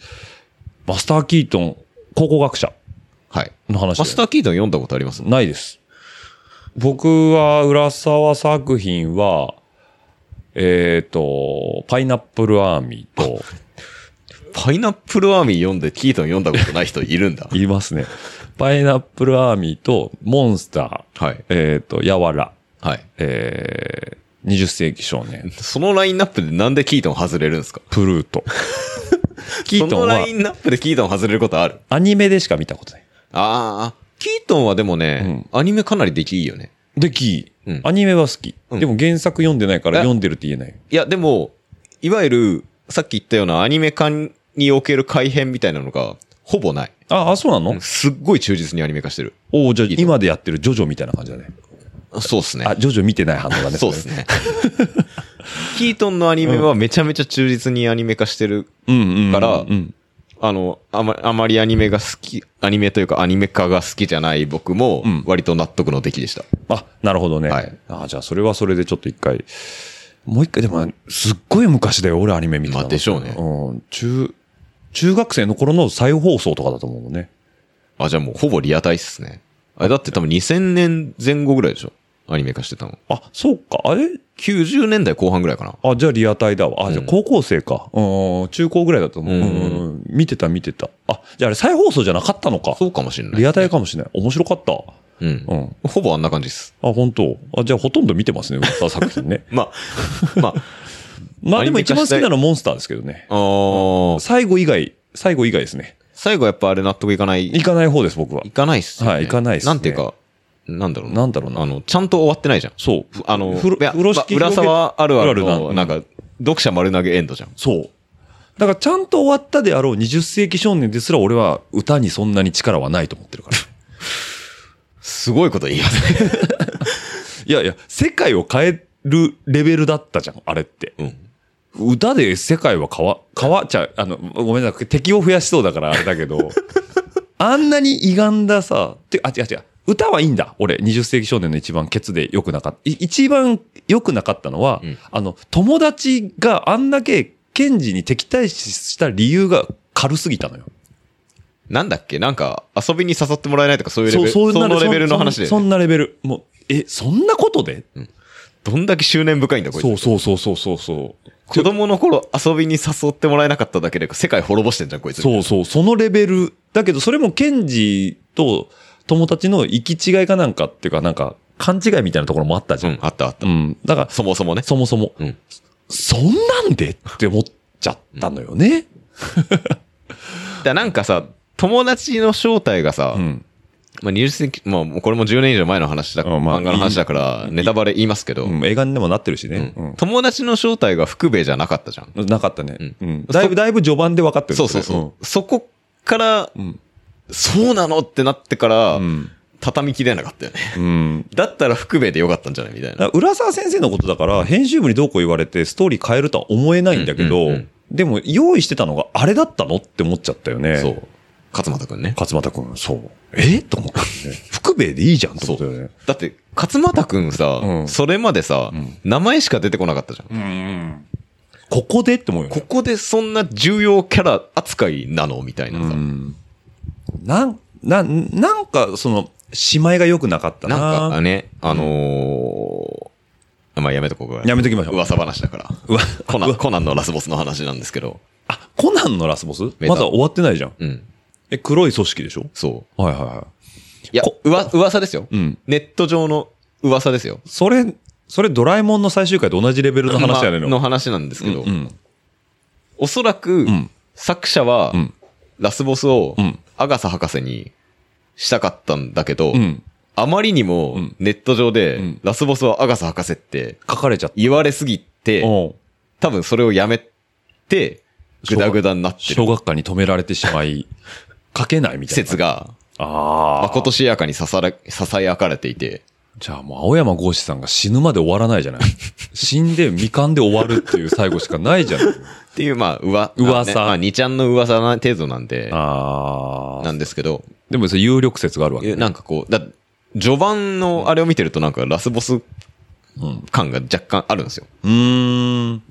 S4: マスター・キートン、考古学者
S5: はい。
S4: の話だよね
S5: マスターキートン読んだことあります
S4: ないです。僕は、浦沢作品は、えっ、と、パイナップルアーミーと、。
S5: パイナップルアーミー読んでキートン読んだことない人いるんだ
S4: 言います ね。パイナップルアーミーと、モンスター、
S5: はい。
S4: えっ、と、やわら、
S5: はい。
S4: えー、20世紀少年、
S5: そのラインナップでなんでキートン外れるんですか
S4: プル ート。キー
S5: そ
S4: ト
S5: の
S4: ンは
S5: ライ、ンナップでキートン外れることある
S4: アニメでしか見たことない。
S5: ああ、キートンはでもね、アニメかなりできいいよね。
S4: で、キー、
S5: うん
S4: アニメは好き、
S5: うん
S4: でも原作読んでないから
S5: え
S4: 読んでるって言えない。
S5: いや、でも、いわゆる、さっき言ったようなアニメ化における改変みたいなのが、ほぼない。
S4: あ、あ、そうなの、
S5: すっごい忠実にアニメ化してる。
S4: おおじゃあ
S5: いいと
S4: 今でやってるジョジョみたいな感じだね。
S5: そうっすね。
S4: あ、ジョジョ見てない反応だ ね。
S5: そう
S4: れ
S5: ですね。キートンのアニメはめちゃめちゃ忠実にアニメ化してる。
S4: うんうんうんうん。
S5: から
S4: うん。
S5: あの、あまあまりアニメが好き、アニメというかアニメ化が好きじゃない僕も
S4: ん、
S5: 割と納得の出来でした。
S4: あ、なるほどね。
S5: はい
S4: あじゃあそれはそれでちょっと一回。もう一回、でも、すっごい昔だよ、俺アニメ見てたの
S5: まあでしょうね
S4: うん。中、中学生の頃の再放送とかだと思うもんね。
S5: あ、じゃあもうほぼリアタイっすね。あれだって多分2000年前後ぐらいでしょアニメ化してたの。
S4: あ、そうか。あれ
S5: 90年代後半ぐらいかな。
S4: あ、じゃあリアタイだわ。あ、じゃあ
S5: うん
S4: 高校生か。うん、中高ぐらいだと思う。う
S5: うんん
S4: うん見てた見てた。あ、じゃああれ再放送じゃなかったのか。
S5: そうかもしれない。
S4: リアタイかもしれない。面白かった。
S5: うん
S4: う。ん。
S5: ほぼあんな感じです。。
S4: あ、本当。あ、じゃあほとんど見てますね、 噂作品ね
S5: まあ、まあ、
S4: まあ
S5: ア
S4: で
S5: ニ
S4: も
S5: メ
S4: 一
S5: 化
S4: 番
S5: し
S4: 好
S5: たい
S4: きなのはモンスターですけどね。
S5: あー
S4: 最後以外、最後以外ですね。
S5: 最後やっぱあれ納得いかない。
S4: 行かない方です、僕は。
S5: いかないっすよね。
S4: はいいかないっすね
S5: なんていうか、なんだろうな。
S4: なんだろうな
S5: あの、ちゃんと終わってないじゃん。
S4: そう。
S5: あの、
S4: 風呂
S5: いや
S4: 風呂敷
S5: ま裏沢あるあるの、な
S4: な
S5: んん
S4: か
S5: か、読者丸投げエンドじゃん。
S4: そう。だからちゃんと終わったであろう20世紀少年ですら俺は歌にそんなに力はないと思ってるから。
S5: すごいこと言いますね。
S4: いやいや、世界を変えるレベルだったじゃん、あれって。歌で世界は変わ、変わっちゃう。あの、ごめんなさい。敵を増やしそうだからあれだけ ど。あんなに歪んださ、て、あ、違う違う。歌はいいんだ。俺、20世紀少年の一番ケツで良くなかった。い一番良くなかったのは、
S5: うん
S4: あの、友達があんだけ、ケンジに敵対視した理由が軽すぎたのよ。
S5: なんだっけなんか、遊びに誘ってもらえないとか、そういうレベル、
S4: そ
S5: そ
S4: んな
S5: のレベルの話で。
S4: そんそんなレベル。もう、え、そんなことで
S5: どんだけ執念深いんだ、こい
S4: そう
S5: つ。
S4: そうそうそうそうそう。
S5: 子供の頃遊びに誘ってもらえなかっただけで、世界滅ぼしてんじゃん、こいつ。
S4: そうそう、そのレベル。だけど、それもケンジと友達の行き違いかなんかっていうか、なんか、勘違いみたいなところもあったじ
S5: う
S4: ゃん。
S5: ん、あったあった
S4: うん。。だから、
S5: そもそもね。
S4: そもそも、
S5: うん
S4: そんなんでって思っちゃったのよね。
S5: だからなんかさ、友達の正体がさ、
S4: うん。
S5: まあ、20世紀、まあ、もうこれも10年以上前の話だ、
S4: うんまあ
S5: 漫画の話だから、ネタバレ言いますけど、
S4: うん映画にでもなってるしね。
S5: うん
S4: うん
S5: 友達の正体が福兵衛じゃなかったじゃん。
S4: なかったね、う
S5: うんん
S4: だいぶ、だいぶ序盤で分かってる
S5: そうそうそう。そこから、
S4: うん。うん。
S5: そうなのってなってから、
S4: うん
S5: 畳み切れなかったよね。
S4: うん。
S5: だったら福兵衛でよかったんじゃないみたい
S4: だ
S5: な。
S4: から浦沢先生のことだから、編集部にどうこう言われて、ストーリー変えるとは思えないんだけど、
S5: うんうんうん
S4: でも、用意してたのがあれだったのって思っちゃったよね。
S5: そう。勝俣くんね。
S4: 勝俣くん、そう。えと思ったよね。福兵衛でいいじゃんと思ったよね。
S5: だって、勝俣くんさ、
S4: うん
S5: それまでさ、
S4: ん
S5: 名前しか出てこなかったじゃん。
S4: ここでって思うよね
S5: こ。こでそんな重要キャラ扱いなのみたいなさ。
S4: うんなん、な、なんか、その、姉妹が良くなかったな。
S5: なんかね、あのーまあやめとこうか。
S4: やめときましょう。
S5: 噂話だから。
S4: うわ
S5: コナン、コナンのラスボスの話なんですけど。
S4: あ、コナンのラスボス
S5: メタ
S4: まだ終わってないじゃん。
S5: うん。
S4: え、黒い組織でしょ
S5: そ
S4: はいはいは
S5: う。いや
S4: こ、
S5: うわ、噂ですよ。
S4: うん
S5: ネット上の噂ですよ
S4: い。。それ、それドラえもんの最終回と同じレベルの話やねん
S5: まあ
S4: の。
S5: の話なんですけど。
S4: うん。
S5: おそらく、
S4: ん
S5: 作者は、
S4: ん
S5: ラスボスを、
S4: うん
S5: アガサ博士にしたかったんだけど、
S4: うん。
S5: あまりにも
S4: ん
S5: ネット上で、
S4: ん
S5: ラスボスはアガサ博士って
S4: 書かれちゃっ
S5: 言われすぎて、
S4: た。うん
S5: 多分それをやめて、ぐだぐだになって
S4: 小
S5: る
S4: 学館に止められてしま い、書けないみたいな。
S5: 説。が、
S4: ああ。
S5: まことしやかにささら、ささやかれていて、
S4: じゃあもう青山剛志さんが死ぬまで終わらないじゃ ない死んで未完で終わるっていう最後しかない じゃない
S5: っていう、まあ、うわ、
S4: 噂
S5: まあ、2ちゃんの噂な程度なんで、
S4: あ
S5: な
S4: あ。
S5: んですけど、
S4: でもそれ有力説があるわけ、
S5: えなんかこう、だ序盤のあれを見てるとなんかラスボス感が若干あるんですよ。
S4: うーん。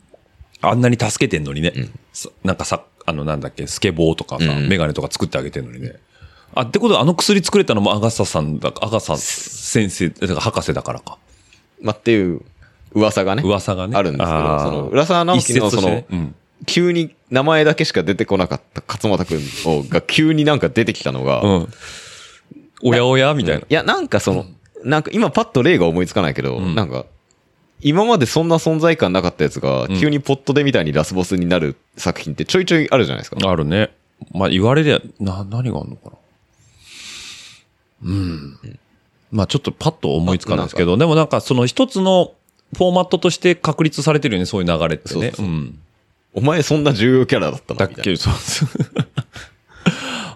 S4: あんなに助けてんのにね。
S5: ん
S4: さなんかさ、あのなんだっけ、スケボーとかさ、
S5: うん
S4: メガネとか作ってあげてんのにね。あ、ってことはあの薬作れたのもアガサさんだ、アガサ先生、だから博士だからか。
S5: まあ、っていう噂がね。
S4: 噂がね。
S5: あるんですけど、
S4: あー
S5: その、浦沢直樹の
S4: 一説と
S5: そ
S4: して
S5: の、
S4: ねうん
S5: 急に名前だけしか出てこなかった勝俣くんをが急になんか出てきたのが、
S4: うん。おやおやみたいな。
S5: いや、なんかその、なんか今パッと例が思いつかないけど、
S4: ん
S5: なんか、今までそんな存在感なかったやつが、急にポットでみたいにラスボスになる作品ってちょいちょいあるじゃないですか。
S4: あるね。まあ、言われりゃ、な、何があるのかな。うん。まあ、ちょっとパッと思いつかないですけど、でもなんか、その一つのフォーマットとして確立されてるよね、そういう流れって
S5: そうそ
S4: ね。。
S5: うそうんお前そんな重要キャラだった
S4: だ
S5: な、
S4: っ
S5: みたい
S4: け、そうそう。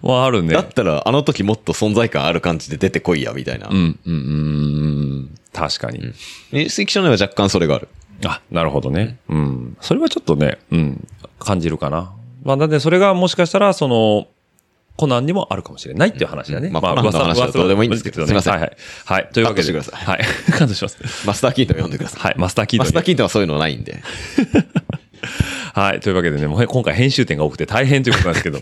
S4: まあ、あるね。
S5: な。だったら、あの時もっと存在感ある感じで出てこいや、みたいな。
S4: うん、うん、うん。確かに。
S5: 水水少年は若干それがある。
S4: あ、なるほどね。うん。それはちょっとね、うん、感じるかな。まあ、なんで、それがもしかしたら、その、コナンにもあるかもしれないっていう話だね。
S5: うんまあコナンの話はどうでもいいんですけど
S4: 噂噂
S5: すいま
S4: はいはい。はい。というわけで。
S5: カットしてくだ
S4: はい。カットします。
S5: マスターキートン読んでください。
S4: はい。マスターキー
S5: マ
S4: ド
S5: スター
S4: に。
S5: キートンはそういうのないんで。
S4: はい。というわけでね、もうへ今回編集点が多くて大変ということなんで すけど。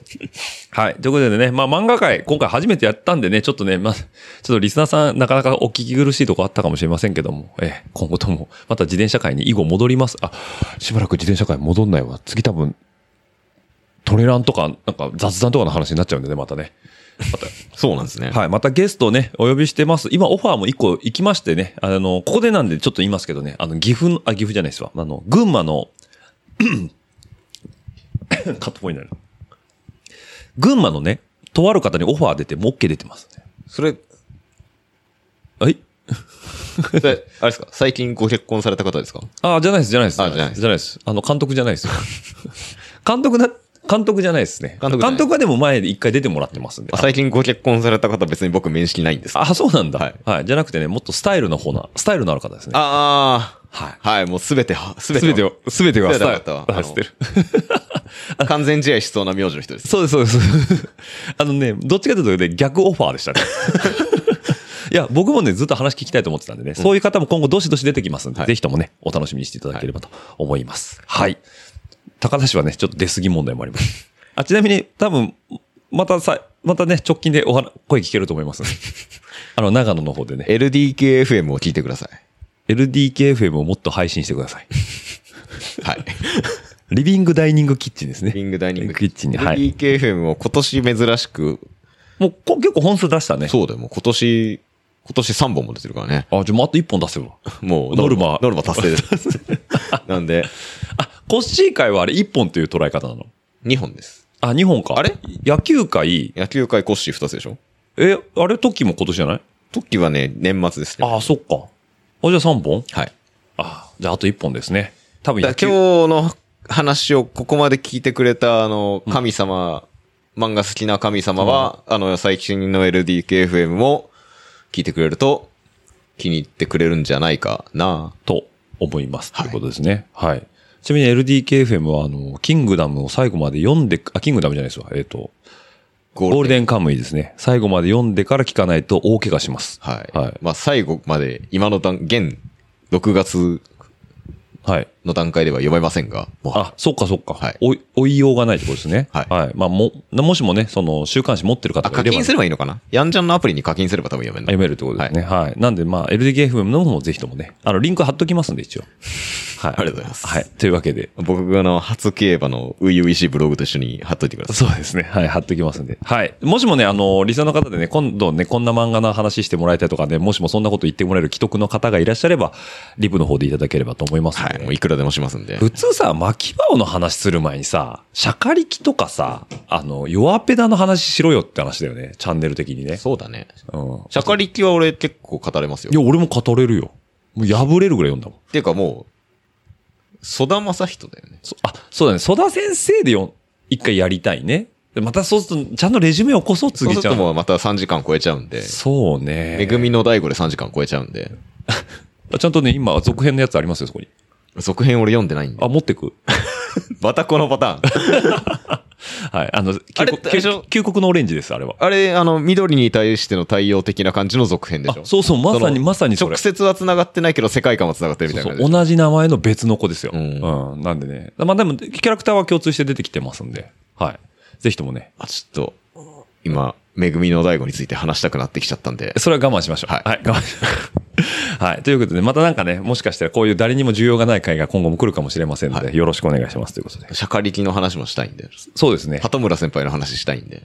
S4: はい。ということでね、まあ漫画界、今回初めてやったんでね、ちょっとね、まあ、ちょっとリスナーさん、なかなかお聞き苦しいとこあったかもしれませんけども、ええ、今後とも、また自転車界に以後戻ります。あ、しばらく自転車界戻んないわ。次多分、トレランとか、なんか雑談とかの話になっちゃうんでね、またね。また、
S5: そうなんですね。
S4: はい。またゲストをね、お呼びしてます。今、オファーも一個行きましてね、あの、ここでなんでちょっと言いますけどね、あの、岐阜の、あ、岐阜じゃないですわ。あの、群馬の、 カットポイントになる。群馬のね、とある方にオファー出て、もう OK 出てますね。
S5: それ、
S4: はい
S5: それあれですか最近ご結婚された方ですか
S4: あ、じゃないです、じゃないです。
S5: あじゃないです
S4: じゃないです。あの、監督じゃないです。 監督な、監督じゃないですね。
S5: 監督じゃない
S4: 監督はでも前で一回出てもらってますんで。
S5: あ最近ご結婚された方別に僕面識ないんです。あ
S4: あ、そうなんだ。は
S5: はいい。
S4: じゃなくてね、もっとスタイルの方な、スタイルのある方ですね。
S5: あー、
S4: はい
S5: はい、もうすべては、すべ
S4: すべて
S5: て
S4: を、すべてが
S5: スタイルあの
S4: 捨てる。
S5: は完全試合しそうな名字の人です。
S4: そうです、そうです。 あのね、どっちかというとね、逆オファーで したね。いや、僕もね、ずっと話聞きたいと思ってたんでね、そういう方も今後どしどし出てきますんで、
S5: はい
S4: ぜひともね、お楽しみにしていただければと思います。はい。高田氏はね、ちょっと出過ぎ問題もあります。 あ、ちなみに、多分、またさ、またね、直近でお話、声聞けると思いますんで。 あの、長野の方でね、
S5: LDKFM を聞いてください。
S4: LDKFM をもっと配信してください。
S5: はい。
S4: リビングダイニングキッチンですね。
S5: リングダイニング
S4: キッチンに、はい。
S5: LDKFM を今年珍しく、
S4: もうこ結構本数出したね。
S5: そうだよ、もう今年、今年3本も出てるからね。
S4: あ、じゃあ、あと一本出せば。
S5: もう、
S4: ノルマ
S5: ノルマ達成です。 なんで、
S4: あ、コッシー界はあれ1本という捉え方なの
S5: 2本です。
S4: あ、2本か。
S5: あれ
S4: 野球界、
S5: 野球界コッシー2つでしょ
S4: え、あれ時も今年じゃない
S5: トッキーはね、年末ですね。
S4: あそっか。あ、じゃあ3本
S5: はい。
S4: あ、じゃああと1本ですね。多分
S5: だ
S4: 野
S5: か
S4: 球
S5: ら今日の話をここまで聞いてくれた、あの、神様、漫画好きな神様は、あの、最近の LDKFM も聞いてくれると、気に入ってくれるんじゃないかな。
S4: と思います。ということですね。はい。ちなみに LDKFM は、あの、キングダムを最後まで読んで、あ、キングダムじゃないですわ。えっ、と、
S5: ゴ
S4: ゴールデンカムイですね。最後まで読んでから聞かないと大怪我します。
S5: はい。
S4: はい。
S5: まあ、最後まで、今の段、現、6月
S4: はい。
S5: の段階では読めませんが、もう
S4: あ、そっかそっか。
S5: はい
S4: 追い追いようがないってことですね。
S5: はい
S4: まあ、も、もしもね、その、週刊誌持ってる方
S5: あ、
S4: が
S5: 課
S4: いれば、
S5: 金すればいいのかなヤンジャンのアプリに課金すれば多分読める
S4: 読
S5: んだ。
S4: めるってことですね。はい。なんで、まあ、LDKFM の方もぜひともね、あの、リンク貼っときますんで、一応。はい。あ
S5: りがとうございます
S4: はい。というわけで。
S5: 僕があの、初競馬の初々しいブログと一緒に貼っといてください。
S4: そうですね。はい。貼っときますんで。はい。もしもね、あの、理想の方でね、今度ね、こんな漫画の話してもらいたいとかね、もしもそんなこと言ってもらえる既得の方がいらっしゃれば、リプの方でいただければと思いますの
S5: はい。
S4: で。
S5: もういくらでもしますんで。
S4: 普通さ、巻き場の話する前にさ、シャカリキとかさ、あの、弱ペダの話しろよって話だよね。チャンネル的にね。
S5: そうだね。
S4: うん。
S5: シャカリキは俺結構語れますよ。
S4: いや、俺も語れるよ。もう破れるぐらい読んだもん。
S5: っていうかもう、ソダマサヒトだよね。
S4: そあ、そうだね。ソダ先生でよん一回やりたいね。でまたそうすると、ちゃんとレジュメ起こそう、
S5: そう
S4: 次
S5: する
S4: ちゃ
S5: と
S4: ん。
S5: もうまた3時間超えちゃうんで、
S4: そうね。
S5: めぐみの大悟で3時間超えちゃうんで、
S4: あちゃんとね、今、続編のやつありますよ、そこに。
S5: 続編俺読んでないんで。
S4: あ、持ってく。
S5: またこのパターン。
S4: はい。あの、
S5: あれ
S4: 究極
S5: あれでしょ
S4: 究究極のオレンジです、あれは。
S5: あれ、あの、緑に対しての対応的な感じの続編で
S4: あ
S5: しょ、
S4: そうそう、まさに、
S5: その
S4: まさにそれ
S5: 直。接は繋がってないけど世界観は繋がってるみたい
S4: そ
S5: な
S4: う
S5: 感
S4: そう
S5: じ。
S4: 同じ名前の別の子ですよ。う
S5: うんん、
S4: なんでね。まあでも、キャラクターは共通して出てきてますんで。はい。ぜひともね。
S5: あちょっと、今、めぐみの大悟について話したくなってきちゃったんで。
S4: それは我慢しましょう。は
S5: はいい。
S4: 我慢しましょう はい。ということで、またなんかね、もしかしたらこういう誰にも需要がない回が今後も来るかもしれませんので、
S5: は
S4: よろしくお願いしますということで。
S5: シャカリキの話もしたいんで。
S4: そうですね。
S5: 鳩村先輩の話したいんで。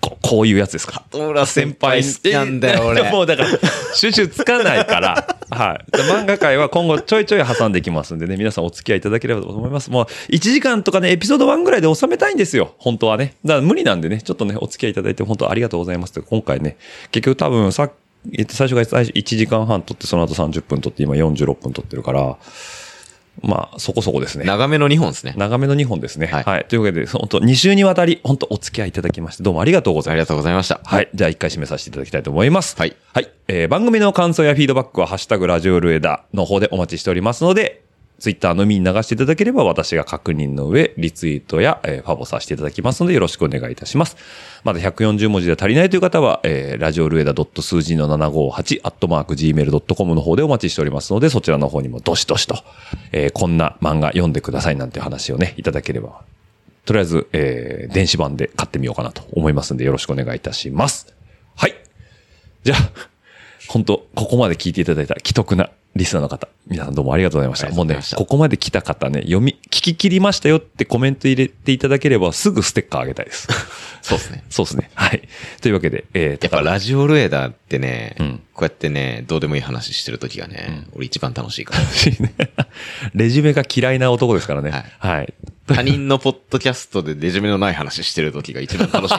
S4: ここういうやつですか。
S5: 鳩村先輩好きなんだよ、
S4: も
S5: 俺。
S4: うだから、収集つかない から。はい。漫画界は今後ちょいちょい挟んでいきますんでね、皆さんお付き合いいただければと思います。もう、1時間とかね、エピソード1ぐらいで収めたいんですよ。本当はね。だから無理なんでね、ちょっとね、お付き合いいただいて本当ありがとうございますって。今回ね、結局多分さっき、えっと、最初が最初1時間半撮って、その後30分撮って、今46分撮ってるから、まあ、そこそこですね。
S5: 長めの2本ですね。
S4: 長めの2本ですね。は
S5: はい
S4: い。というわけで、本当2週にわたり、本当お付き合いいただきまして、どうもありがとうございます
S5: ありがとうございました。
S4: はい。じゃあ一回締めさせていただきたいと思います。
S5: はい
S4: はい。えー番組の感想やフィードバックは、ハッシュタグラジオルエダの方でお待ちしておりますので、ツイッターのみに流していただければ私が確認の上、リツイートや、えーファボさせていただきますのでよろしくお願いいたします。まだ140文字では足りないという方は、えー、ラジオルエダ数字の758、アットマーク gmail.com の方でお待ちしておりますので、そちらの方にもどしどしと、えーこんな漫画読んでくださいなんて話をね、いただければ、とりあえず、えー電子版で買ってみようかなと思いますんでよろしくお願いいたします。はい。じゃあ、本当ここまで聞いていただいた既得なリスナーの方、皆さんどうもありがとうございました。
S5: ありが
S4: も
S5: と
S4: う
S5: うござい
S4: ね
S5: ました、
S4: ここまで来た方ね、読み、聞き切りましたよってコメント入れていただければ、すぐステッカーあげた いです。
S5: そうですね。
S4: そうですね。はい。というわけで、えー、
S5: やっぱラジオルエダーってね、
S4: うん
S5: こうやってね、どうでもいい話してる時がね、俺一番楽しいから。
S4: しいね。 レジュメが嫌いな男ですからね。
S5: はい
S4: はい。
S5: 他人のポッドキャストでレジュメのない話してる時が一番楽 しい。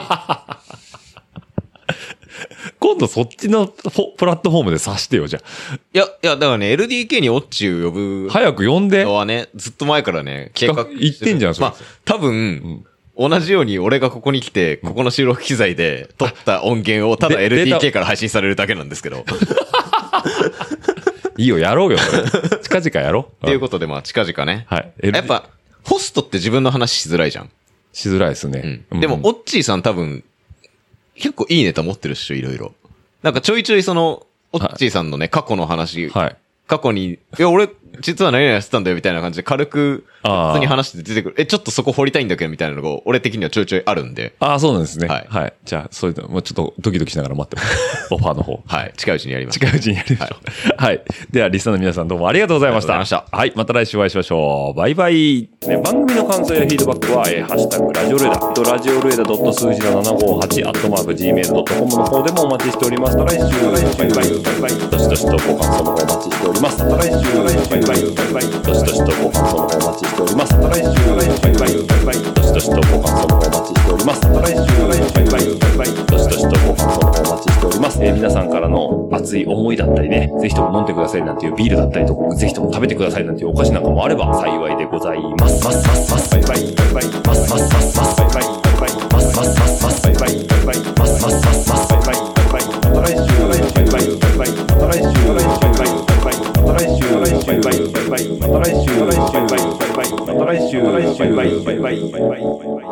S4: 今度そっちのポプラットフォームで刺してよ、じゃあ。
S5: いや、いや、だからね、LDK にオッチを呼ぶ
S4: 早く呼んで。
S5: のはね、ずっと前からね、計画
S4: 企画言ってんじゃんそれ
S5: まあ、多分、同じように俺がここに来て、ここの収録機材で撮った音源をただ
S4: でデータ
S5: LDK から配信されるだけなんですけど。
S4: いいよ、やろ うよ。それ近々やろう。。
S5: っていうこととで、まあ、近々ね。
S4: はい。
S5: やっぱ、ホストって自分の話しづらいじゃん。
S4: しづらいです
S5: う
S4: ね。
S5: ん。でも、
S4: うん
S5: オッチーさん多分、結構いいネタ持ってるっしょ、いろいろ。なんかちょいちょいその、オッチーさんのね、過去の話、
S4: はい。
S5: 過去に、いや、俺、実は何々やってたんだよ、みたいな感じで、軽く、
S4: あー
S5: 普通に話して出てくる。え、ちょっとそこ掘りたいんだけど、みたいなのが、俺的にはちょいちょいあるんで、
S4: ああ、そうなんですね。は
S5: はいい。
S4: じゃあ、そういうの、もうちょっとドキドキしながら 待ってます。オファーの方。
S5: はい、近いうちにやります。
S4: 近いうちにやりましょう。はい、では、リスナーの皆さんどうもありがとうございました。
S5: ありがとうご
S4: はい。また来週お会いしましょう。バイバイ。ね、番組の感想やフィードバックは、えーハッシュタグ、ラジオルエダ、とラジオルエダ数字の758、アットマーク、gmail.com の方でもお待ちしております。また来週、バイバイ、バイバイ、どしどしとご感想の方お待ちしております。また来週、バイバイ、バイバイ、どしどしとご感想の方お待ちしております。また来週、バイバイ、バイバイ、どしどしとご感想の方お待ちしております。また来週、バイバイ、バイバイ、どしどしとご感想の方お待ちしております。えー皆さんからの熱い思いだったりね、ぜひとも飲んでくださいなんていうビールだったりとか、ぜひとも食べてくださいなんていうお菓子なんかもあれば幸いでございます。ますますますバイバイ、バイバイ、ますますますますバイバイ、バイバイ、ますますますますバイバイ、バイバイ、ますますますますバイバイ、バイバイ、また来週、バイバイ、バイバイ、また来週、バイバイ、バイバイ、また来週、バイバイ、バイバイ、また来週、バイバイ、バイバイ、また来週、バイバイ、バイバイ、バイバイ、バイバイ。